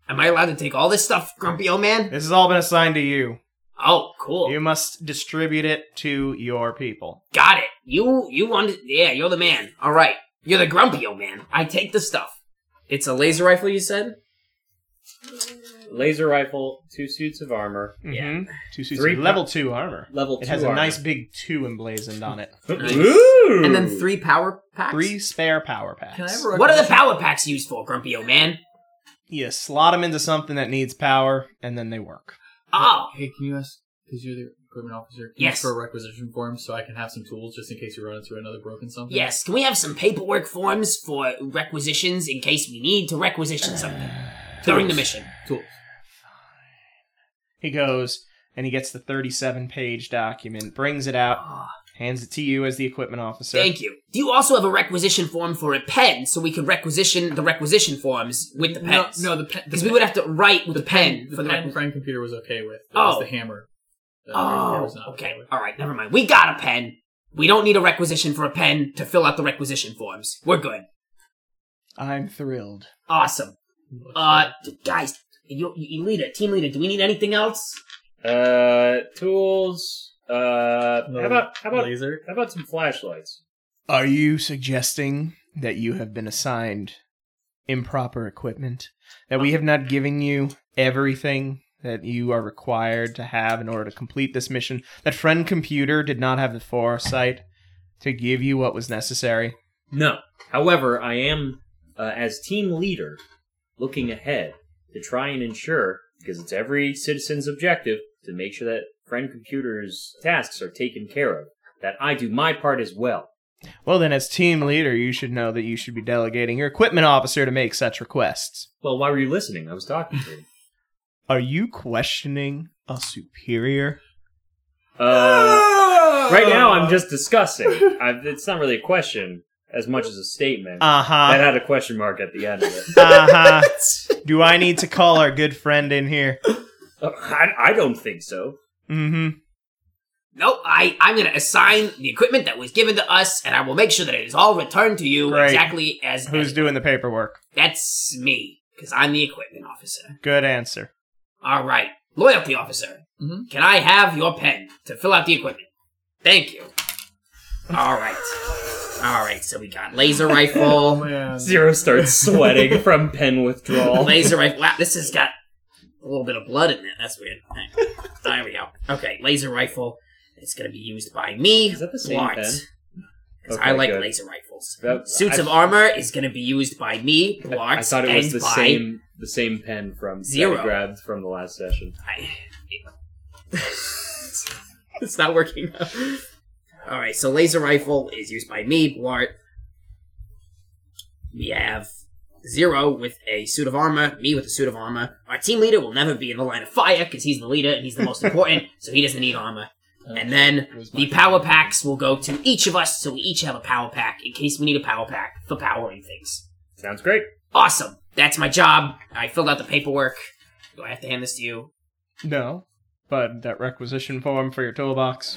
Am I allowed to take all this stuff, grumpy old man?
This has all been assigned to you.
Oh, cool.
You must distribute it to your people.
Got it. You you wanted yeah, you're the man. All right. You're the grumpy old man. I take the stuff.
It's a laser rifle, you said?
Laser rifle, two suits of armor.
Yeah. Two suits
Three
of level two armor.
Level
It
2
has a
armor.
nice big two emblazoned on it.
Ooh.
And then three power packs?
Three spare power packs.
Can I ever
What are the power packs used for, grumpy old man?
You slot them into something that needs power, and then they work.
Oh,
Hey, can you ask? Because you're the equipment officer. Can
Yes.
You ask for a requisition form so I can have some tools just in case you run into another broken something.
yes. Can we have some paperwork forms for requisitions in case we need to requisition something during the mission?
Tools.
He goes and he gets the 37 page document, brings it out, hands it to you as the equipment officer.
Thank you. Do you also have a requisition form for a pen so we could requisition the requisition forms with the
No,
pens?
no, the pen.
Because we would have to write with the, pen,
The
for the
pen
requisition.
Frank computer was okay with. It was
Oh.
the hammer. that Frank computer
Oh,
was not
okay.
with.
All right, never mind. We got a pen. We don't need a requisition for a pen to fill out the requisition forms. We're good.
I'm thrilled.
Awesome. Uh, d- guys, you, you leader, team leader, do we need anything else?
Uh, tools. Uh,
The
how about how about
laser?
how about some flashlights?
Are you suggesting that you have been assigned improper equipment? That we have not given you everything that you are required to have in order to complete this mission? That Friend Computer did not have the foresight to give you what was necessary?
No. However, I am, uh, as team leader, looking ahead to try and ensure, because it's every citizen's objective, to make sure that friend computer's tasks are taken care of, that I do my part as well.
Well, then, as team leader, you should know that you should be delegating your equipment officer to make such requests.
Well, why were you listening? I was talking to you.
Are you questioning a superior?
Uh, right now, I'm just discussing. i it's not really a question as much as a statement.
Uh-huh.
Uh
that
huh.
had a question mark at the end of it.
Uh huh. Do I need to call our good friend in here?
Uh, I, I don't think so.
Mm hmm.
Nope. I, I'm going to assign the equipment that was given to us, and I will make sure that it is all returned to you
Great.
exactly as.
Who's doing the paperwork?
That's me, because I'm the equipment officer.
Good answer.
All right. Loyalty officer,
Mm-hmm.
Mhm.
can I have your pen to fill out the equipment? Thank you. All right. All right, so we got laser
Oh
rifle.
man.
Zero starts sweating from pen withdrawal.
laser rifle. Wow, this has got a little bit of blood in it. That's weird. There we go. Okay, laser rifle. It's going to be used by me.
Is that the same pen?
Because
Okay,
I like
good.
laser rifles.
That-
Suits
I-
of armor is going to be used by me,
I-
Blart,
I thought it was
and
the
by-
same the same pen from
Zero.
that I grabbed from the last session.
I- it's not working. All right, so laser rifle is used by me, Blart. We have Zero with a suit of armor, me with a suit of armor. Our team leader will never be in the line of fire because he's the leader and he's the most important, so he doesn't need armor. And then
Where's my-
the power packs will go to each of us, so we each have a power pack in case we need a power pack for powering things.
Sounds great.
Awesome. That's my job. I filled out the paperwork. Do I have to hand this to you?
No. But that requisition form for your toolbox.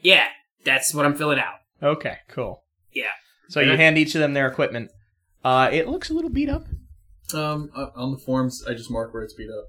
Yeah, that's what I'm filling out.
Okay, cool.
Yeah.
So you hand each of them their equipment. Uh, it looks a little beat up.
Um, uh, on the forms, I just mark where it's beat up,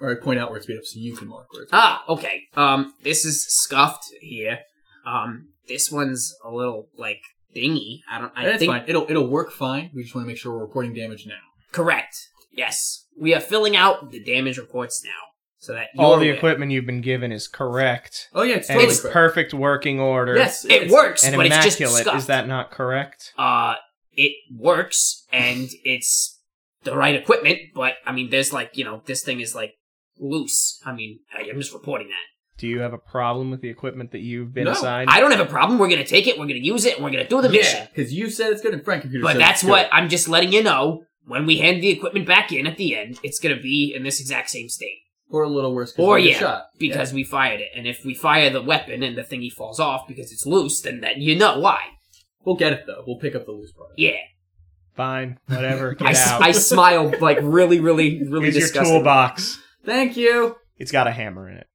or I point out where it's beat up, so you can mark where it's.
Ah, okay. Um, this is scuffed here. Um, this one's a little like dingy. I don't. I
That's
think
fine. It'll it'll work fine. We just want to make sure we're reporting damage now.
correct. Yes, we are filling out the damage reports now, so that
All
you're
the
aware.
equipment you've been given is correct.
Oh yeah, it's
And
totally
it's
correct.
perfect working order.
Yes,
It
it's-
works,
And
but it's just
immaculate.
scuffed.
Is that not correct?
uh, it works and it's the right equipment, but I mean, there's like, you know, this thing is like loose. I mean, I, I'm just reporting that.
Do you have a problem with the equipment that you've been
No,
assigned?
I don't have a problem. We're gonna take it. We're gonna use it. and We're gonna do the mission.
Yeah, because you said it's good, and Frank computer.
But
said
that's
it's good.
what I'm just letting you know. When we hand the equipment back in at the end, it's gonna be in this exact same state
or a little worse. 'cause
Or
you got
yeah.
shot.
because we fired it. And if we fire the weapon and the thingy falls off because it's loose, then that you know why.
We'll get it though. We'll pick up the loose part.
Yeah,
Fine, whatever.
I,
Get
s-
out.
I smile like really, really, really
Here's your
disgusting.
toolbox.
Thank you.
It's got a hammer in it.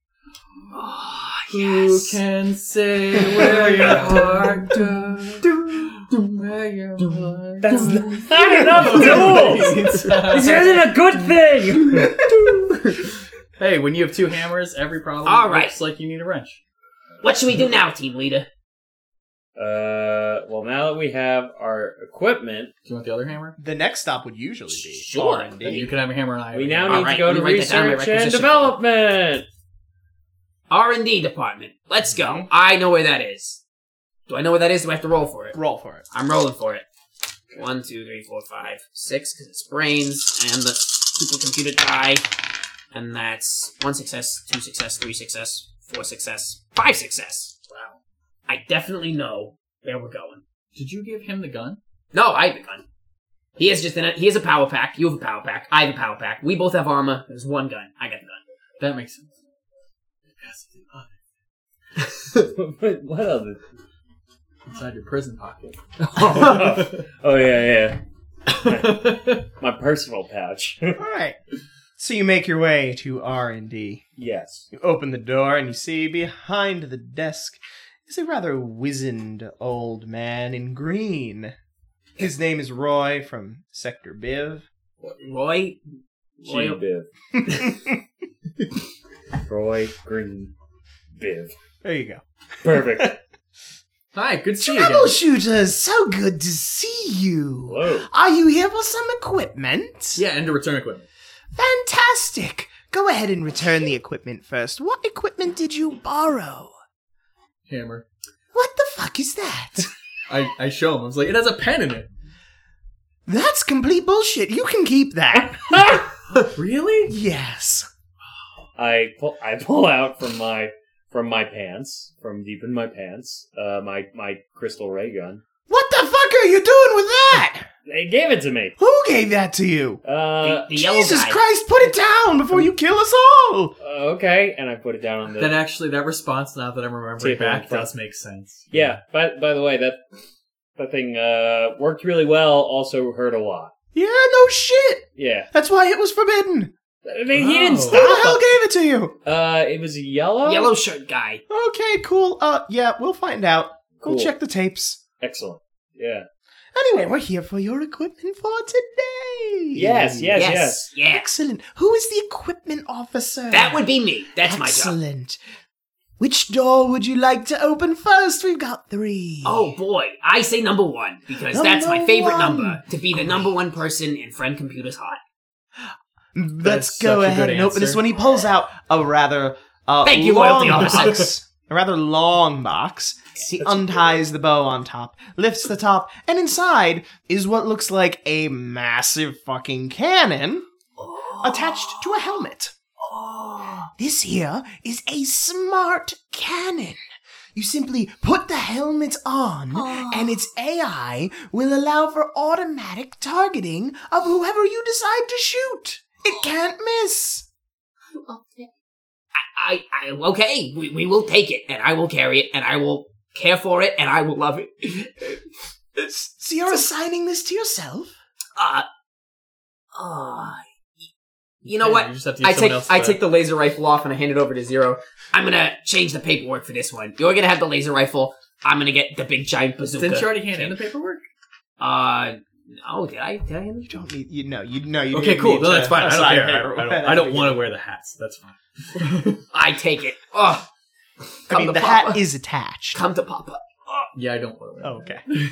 Ah,
Who can say where your heart goes? Where your heart
That's
goes?
not enough tools! This isn't a good thing!
hey, when you have two hammers, every problem
All right.
looks like you need a wrench.
What should we do now, team leader?
Uh, well, now that we have our equipment,
Do you want the other hammer?
The next stop would usually be
Sure.
Then you
R&D.
can have a hammer and I. have
we
a
now
hammer.
All
need
right,
to go
let
to
me write that down in my
research and
requisition.
development.
R and D department. Let's go. I know where that is. Do I know where that is? Do I have to roll for it?
Roll for it.
I'm rolling for it. One, two, three, four, five, six, because it's brains and the supercomputer die, and that's one success, two success, three success, four success, five success. Wow. I definitely know where we're going.
Did you give him the gun?
No, I have a gun. He has just an, he has a power pack. You have a power pack. I have a power pack. We both have armor. There's one gun. I got the gun.
That makes sense. Yes, it's not
What- what other?
Inside your prison pocket.
oh yeah, yeah. My personal pouch.
All right. So you make your way to R&D.
yes.
You open the door and you see behind the desk is a rather wizened old man in green. His name is Roy from Sector Biv.
Roy, Roy,
G Biv. Roy Green Biv.
There you go.
Perfect.
Hi, good to see you again.
Troubleshooter, so good to see you.
Whoa.
Are you here for some equipment?
Yeah, and to return equipment.
Fantastic! Go ahead and return the equipment first. What equipment did you borrow?
Hammer.
What the fuck is that?
I, I show him. I was like, it has a pen in it.
That's complete bullshit. You can keep that.
Really?
yes.
I pull I pull out from my from my pants, from deep in my pants, uh, my my crystal ray gun.
What the fuck are you doing with that?
They gave it to me.
Who gave that to you?
Uh,
the, the yellow
Jesus
guy.
Christ, put it down before you kill us all!
okay, and I put it down on
That
the.
actually, that response now that I'm remembering
Take it
back
in front.
does make sense.
Yeah. By by the way, that that thing uh, worked really well. Also hurt a lot.
Yeah, no shit!
Yeah.
That's why it was forbidden!
I mean, He didn't
Oh.
Who the hell
stop.
gave it to you?
Uh, it was yellow.
Yellow shirt guy.
Okay, cool. Uh, yeah, we'll find out.
Cool.
We'll check the tapes.
Excellent. Yeah.
Anyway, we're here for your equipment for today.
Yes. Yes. Yes.
Yes. Yeah.
Excellent. Who is the equipment officer?
That would be me. That's my job.
Excellent. Which door would you like to open first? We've got three.
Oh boy, I say number one because
Number
that's my favorite
one.
number to be the number one person in friend computer's heart.
let's
is
go
such a
ahead
good
and open this
answer.
one. He pulls out a rather uh,
Thank you,
long
loyalty officer.
box, a rather long box. He unties the bow on top, lifts the top, and inside is what looks like a massive fucking cannon attached to a helmet. This here is a smart cannon. You simply put the helmet on, and its AI will allow for automatic targeting of whoever you decide to shoot. It can't miss.
I, I okay, we, we will take it and I will carry it and I will care for it and I will love it.
So you're assigning this to yourself?
Uh, uh you know
Yeah,
what?
You just have to get
I
someone
take
else
I
to-
take the laser rifle off and I hand it over to Zero. I'm gonna change the paperwork for this one. You're gonna have the laser rifle. I'm gonna get the big giant bazooka.
Didn't you already hand in the paperwork?
Uh, oh, did I? Did I hand
You don't need. You know. You know. You
Okay,
didn't
cool.
need
No,
to-
that's fine. I don't
aside paper.
care. I don't, I don't, I don't want to wear the hats. That's fine.
I take it. Oh,
I
come
mean,
to
the
Papa.
hat is attached.
come to Papa.
Yeah, I don't want to wear.
Oh, okay.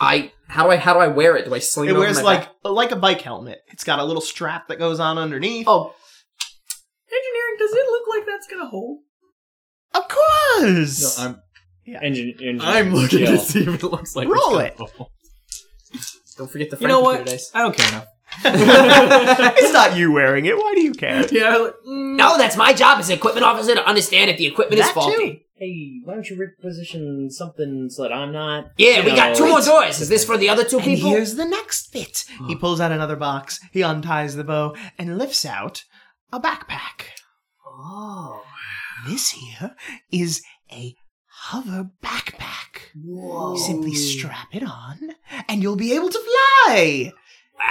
I how do I how do I wear it? Do I sling it?
It
over
wears
my
like
back?
like a bike helmet. It's got a little strap that goes on underneath.
oh
Engineering, does it look like that's gonna hold?
Of course.
No, I'm.
Engine, engine.
I'm looking
chill.
to see if it looks like.
Roll
it's gonna Hold.
don't forget the
You
Frankie
know what?
Paradise.
I don't care now.
it's not you wearing it. Why do you care?
Yeah. I look- mm.
No, that's my job as an equipment officer to understand if the equipment is
That
faulty.
too.
Hey, why don't you reposition something so that I'm not?
Yeah,
you
we got
know,
two more
it's-
doors. Is this for the other two
And
people?
here's the next bit. He pulls out another box. He unties the bow and lifts out a backpack.
Oh,
This here is a hover backpack.
Oh.
Simply strap it on, and you'll be able to fly.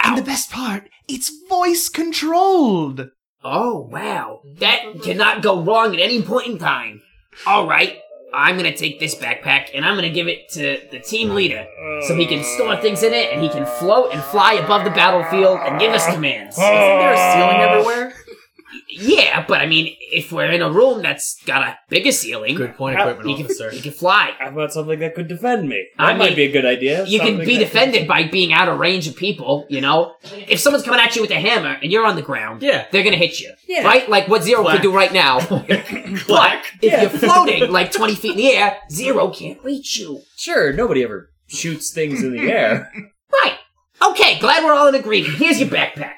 And the best part, it's voice controlled.
oh wow! That cannot go wrong at any point in time. All right, I'm gonna take this backpack and I'm gonna give it to the team leader so he can store things in it and he can float and fly above the battlefield and give us commands.
Isn't there a ceiling everywhere?
Yeah, but I mean, if we're in a room that's got a bigger ceiling,
Good point,
How-
equipment
you can
officer.
you can fly.
How about something that could defend me? That
I
might
mean,
be a good idea.
You can
something
be
that-
defended by being out of range of people, you know? If someone's coming at you with a hammer and you're on the ground,
Yeah.
they're gonna hit you.
Yeah.
Right? Like what Zero could do right now. but if
Yeah.
you're floating like 20 feet in the air, Zero can't reach you.
Sure, nobody ever shoots things in the air.
Right. Okay, glad we're all in agreement. Here's your backpack.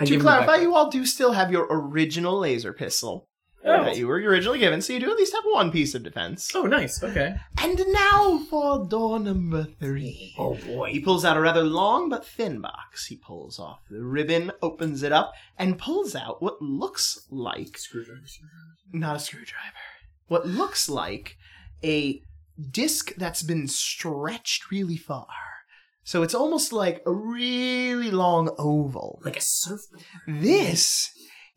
I
To
give him the
clarify,
backpack.
you all do still have your original laser pistol
Oh.
that you were originally given, so you do at least have one piece of defense.
Oh, nice. Okay.
And now for door number three.
Oh
He
boy.
pulls out a rather long but thin box. He pulls off the ribbon, opens it up, and pulls out what looks like not a screwdriver. What looks like a disc that's been stretched really far. So it's almost like a really long oval.
Like a surfboard.
This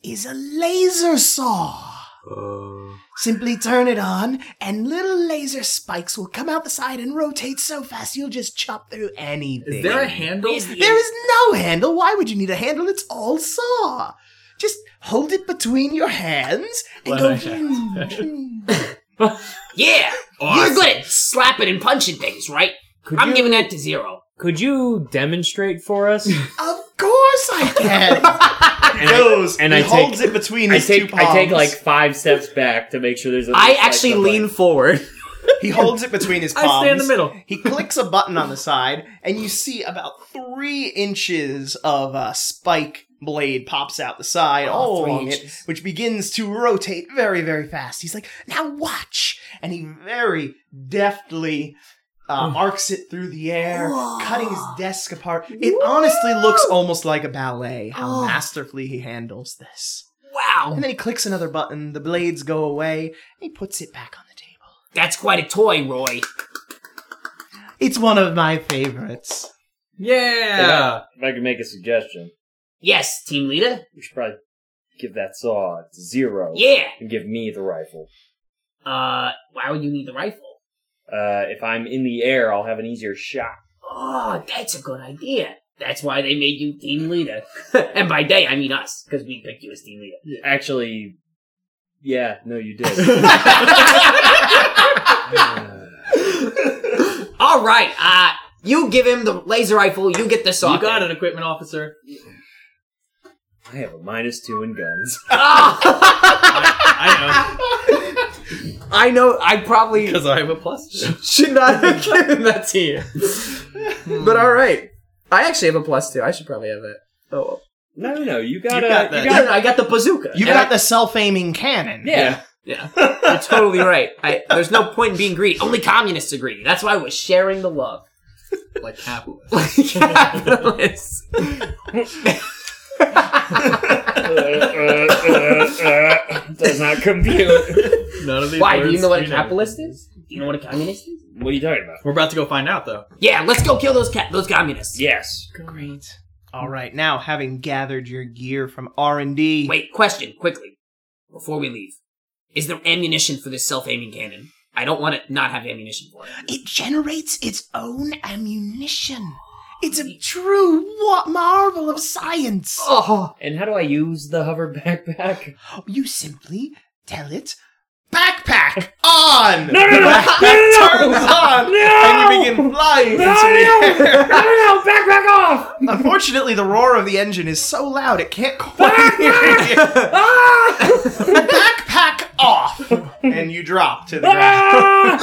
is a laser saw.
Oh.
Simply turn it on, and little laser spikes will come out the side and rotate so fast you'll just chop through anything.
Is there a handle?
Where's the-
There is no handle. Why would you need a handle? It's all saw. Just hold it between your hands and
Well, I-
go. "Hmm, vroom, vroom.
Yeah! You're good at slapping and punching things, right?
Could
I'm
you,
giving that to Zero.
Could you demonstrate for us?
Of course I can.
And I- and I take-
it between
I take I take like five steps back to make sure there's. a little
I
slice
actually
of,
lean
like-
forward.
he holds it between his palms.
I stay in the middle.
He clicks a button on the side, and you see about three inches of a spike blade pops out the side
Oh,
all
three
along it,
inches.
which begins to rotate very, very fast. He's like, "Now watch!" and he very deftly uh, arcs it through the air, cutting his desk apart. It honestly looks almost like a ballet. How masterfully he handles this!
Wow.
And then he clicks another button. The blades go away. And he puts it back on the table.
That's quite a toy, Roy.
It's one of my favorites.
Yeah.
If I could make a suggestion,
Yes, team leader.
we should probably give that saw to zero.
Yeah.
And give me the rifle.
Uh, why would you need the rifle?
Uh, if I'm in the air, I'll have an easier shot.
Oh, that's a good idea. That's why they made you team leader. and by they, I mean us, because we picked you as team leader.
Actually, yeah, no, you did. Uh,
All right. Uh, you give him the laser rifle. You get the saw.
You got an equipment officer.
I have a minus two in guns.
Ah!
I know
I know. I probably
because I have a plus. two.
should not have given that to you. but all right. I actually have a plus two. I should probably have that. Oh, well.
No, no, you got,
You
a,
got that.
you
No,
got
no, I got the bazooka.
You
And
got
I-
the self-aiming cannon.
yeah.
Yeah, you're totally right. I, there's no point in being greedy. Only communists are greedy. That's why we're sharing the love.
Like capitalist.
Like capitalists.
Uh, does not compute.
None of these.
why? Do
words
you know what a
mean anything.
capitalist is? Do you know what a communist is?
what are you talking about?
We're about to go find out though.
Yeah, let's go kill those ca- those communists.
Yes.
Great. All right, now having gathered your gear from R and D,
Wait, question quickly before we leave: Is there ammunition for this self-aiming cannon? I I don't want to not have ammunition for it.
It generates its own ammunition. It's a true wa- marvel of science.
Oh,
And how do I use the hover backpack?
You simply tell it, backpack on.
No, no, no,
Backpack
no, no, no.
turns on,
No!
and you begin flying
No,
into the
no,
air.
no, backpack off!
Unfortunately, the roar of the engine is so loud it can't quite hear you.
Backpack! Ah!
backpack off, and you drop to the ground.
Ah!
Okay,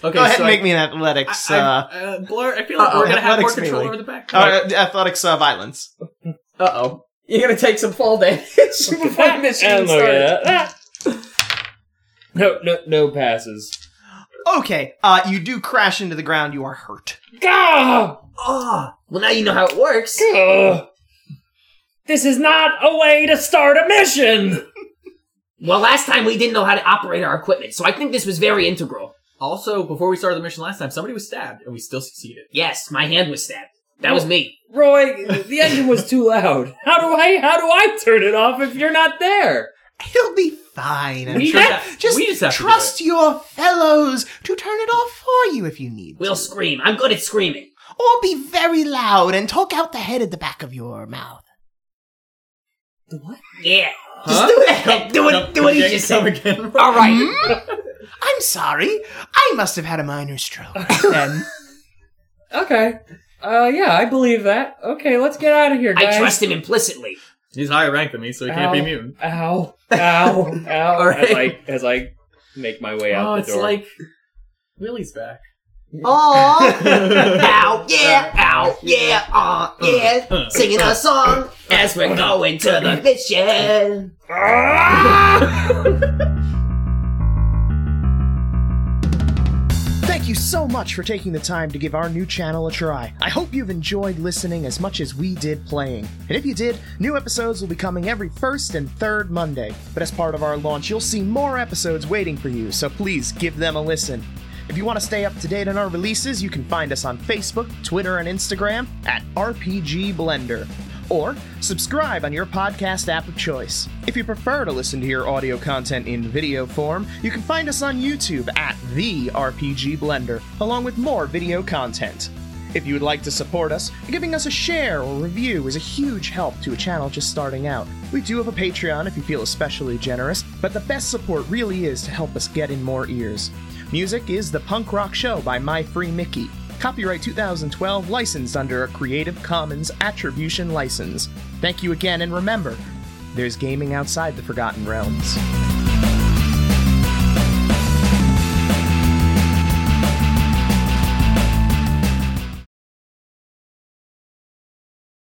Go ahead and
so I-
make me an athletics.
I,
uh,
I, uh, blur. I feel like
uh-oh,
we're gonna have more
athletics
control
melee.
over the back.
uh, athletics uh, violence.
Uh oh, you're gonna take some fall damage before the machine
And look
starts.
at that. No, no, no passes.
Okay, uh, you do crash into the ground. You are hurt.
Gah!
oh. Well, now you know how it works.
Gah! This is not a way to start a mission!
Well, last time we didn't know how to operate our equipment, so I think this was very integral.
Also, before we started the mission last time, somebody was stabbed, and we still succeeded.
Yes, my hand was stabbed. That was me.
Roy, the engine was too loud. How do I how do I turn it off if you're not there?
He'll be fine. I'm
We
sure.
have-
just
we just have to do
trust your fellows to turn it off for you if you need,
We'll scream. I'm good at screaming.
or be very loud and talk out the head at the back of your mouth.
Yeah.
Huh?
Just do that. Do what, do what he just said. Hmm?
again.
All right.
I'm sorry. I must have had a minor stroke. then
Okay. Uh yeah, I believe that. Okay, let's get out of here, guys.
I trust him implicitly.
He's higher ranked than me, so he can't be
Ow.
mutant.
Ow. Ow. Ow.
All
As I
right.
as I make my way out
Oh,
the
it's
door.
like Willie's back.
Ow, yeah, ow, yeah, aw, yeah. Singing a song as we're going to the mission.
Thank you so much for taking the time to give our new channel a try. I hope you've enjoyed listening as much as we did playing. And if you did, new episodes will be coming every first and third Monday. But as part of our launch, you'll see more episodes waiting for you, so please give them a listen. If you want to stay up to date on our releases, you can find us on Facebook, Twitter, and Instagram at RPG Blender. Or subscribe on your podcast app of choice. If you prefer to listen to your audio content in video form, you can find us on YouTube at The RPG Blender, along with more video content. If you would like to support us, giving us a share or review is a huge help to a channel just starting out. We do have a Patreon if you feel especially generous, but the best support really is to help us get in more ears. Music is The Punk Rock Show by My Free Mickey. Copyright 2012, licensed under a Creative Commons Attribution License. Thank you again, and remember, there's gaming outside the Forgotten Realms.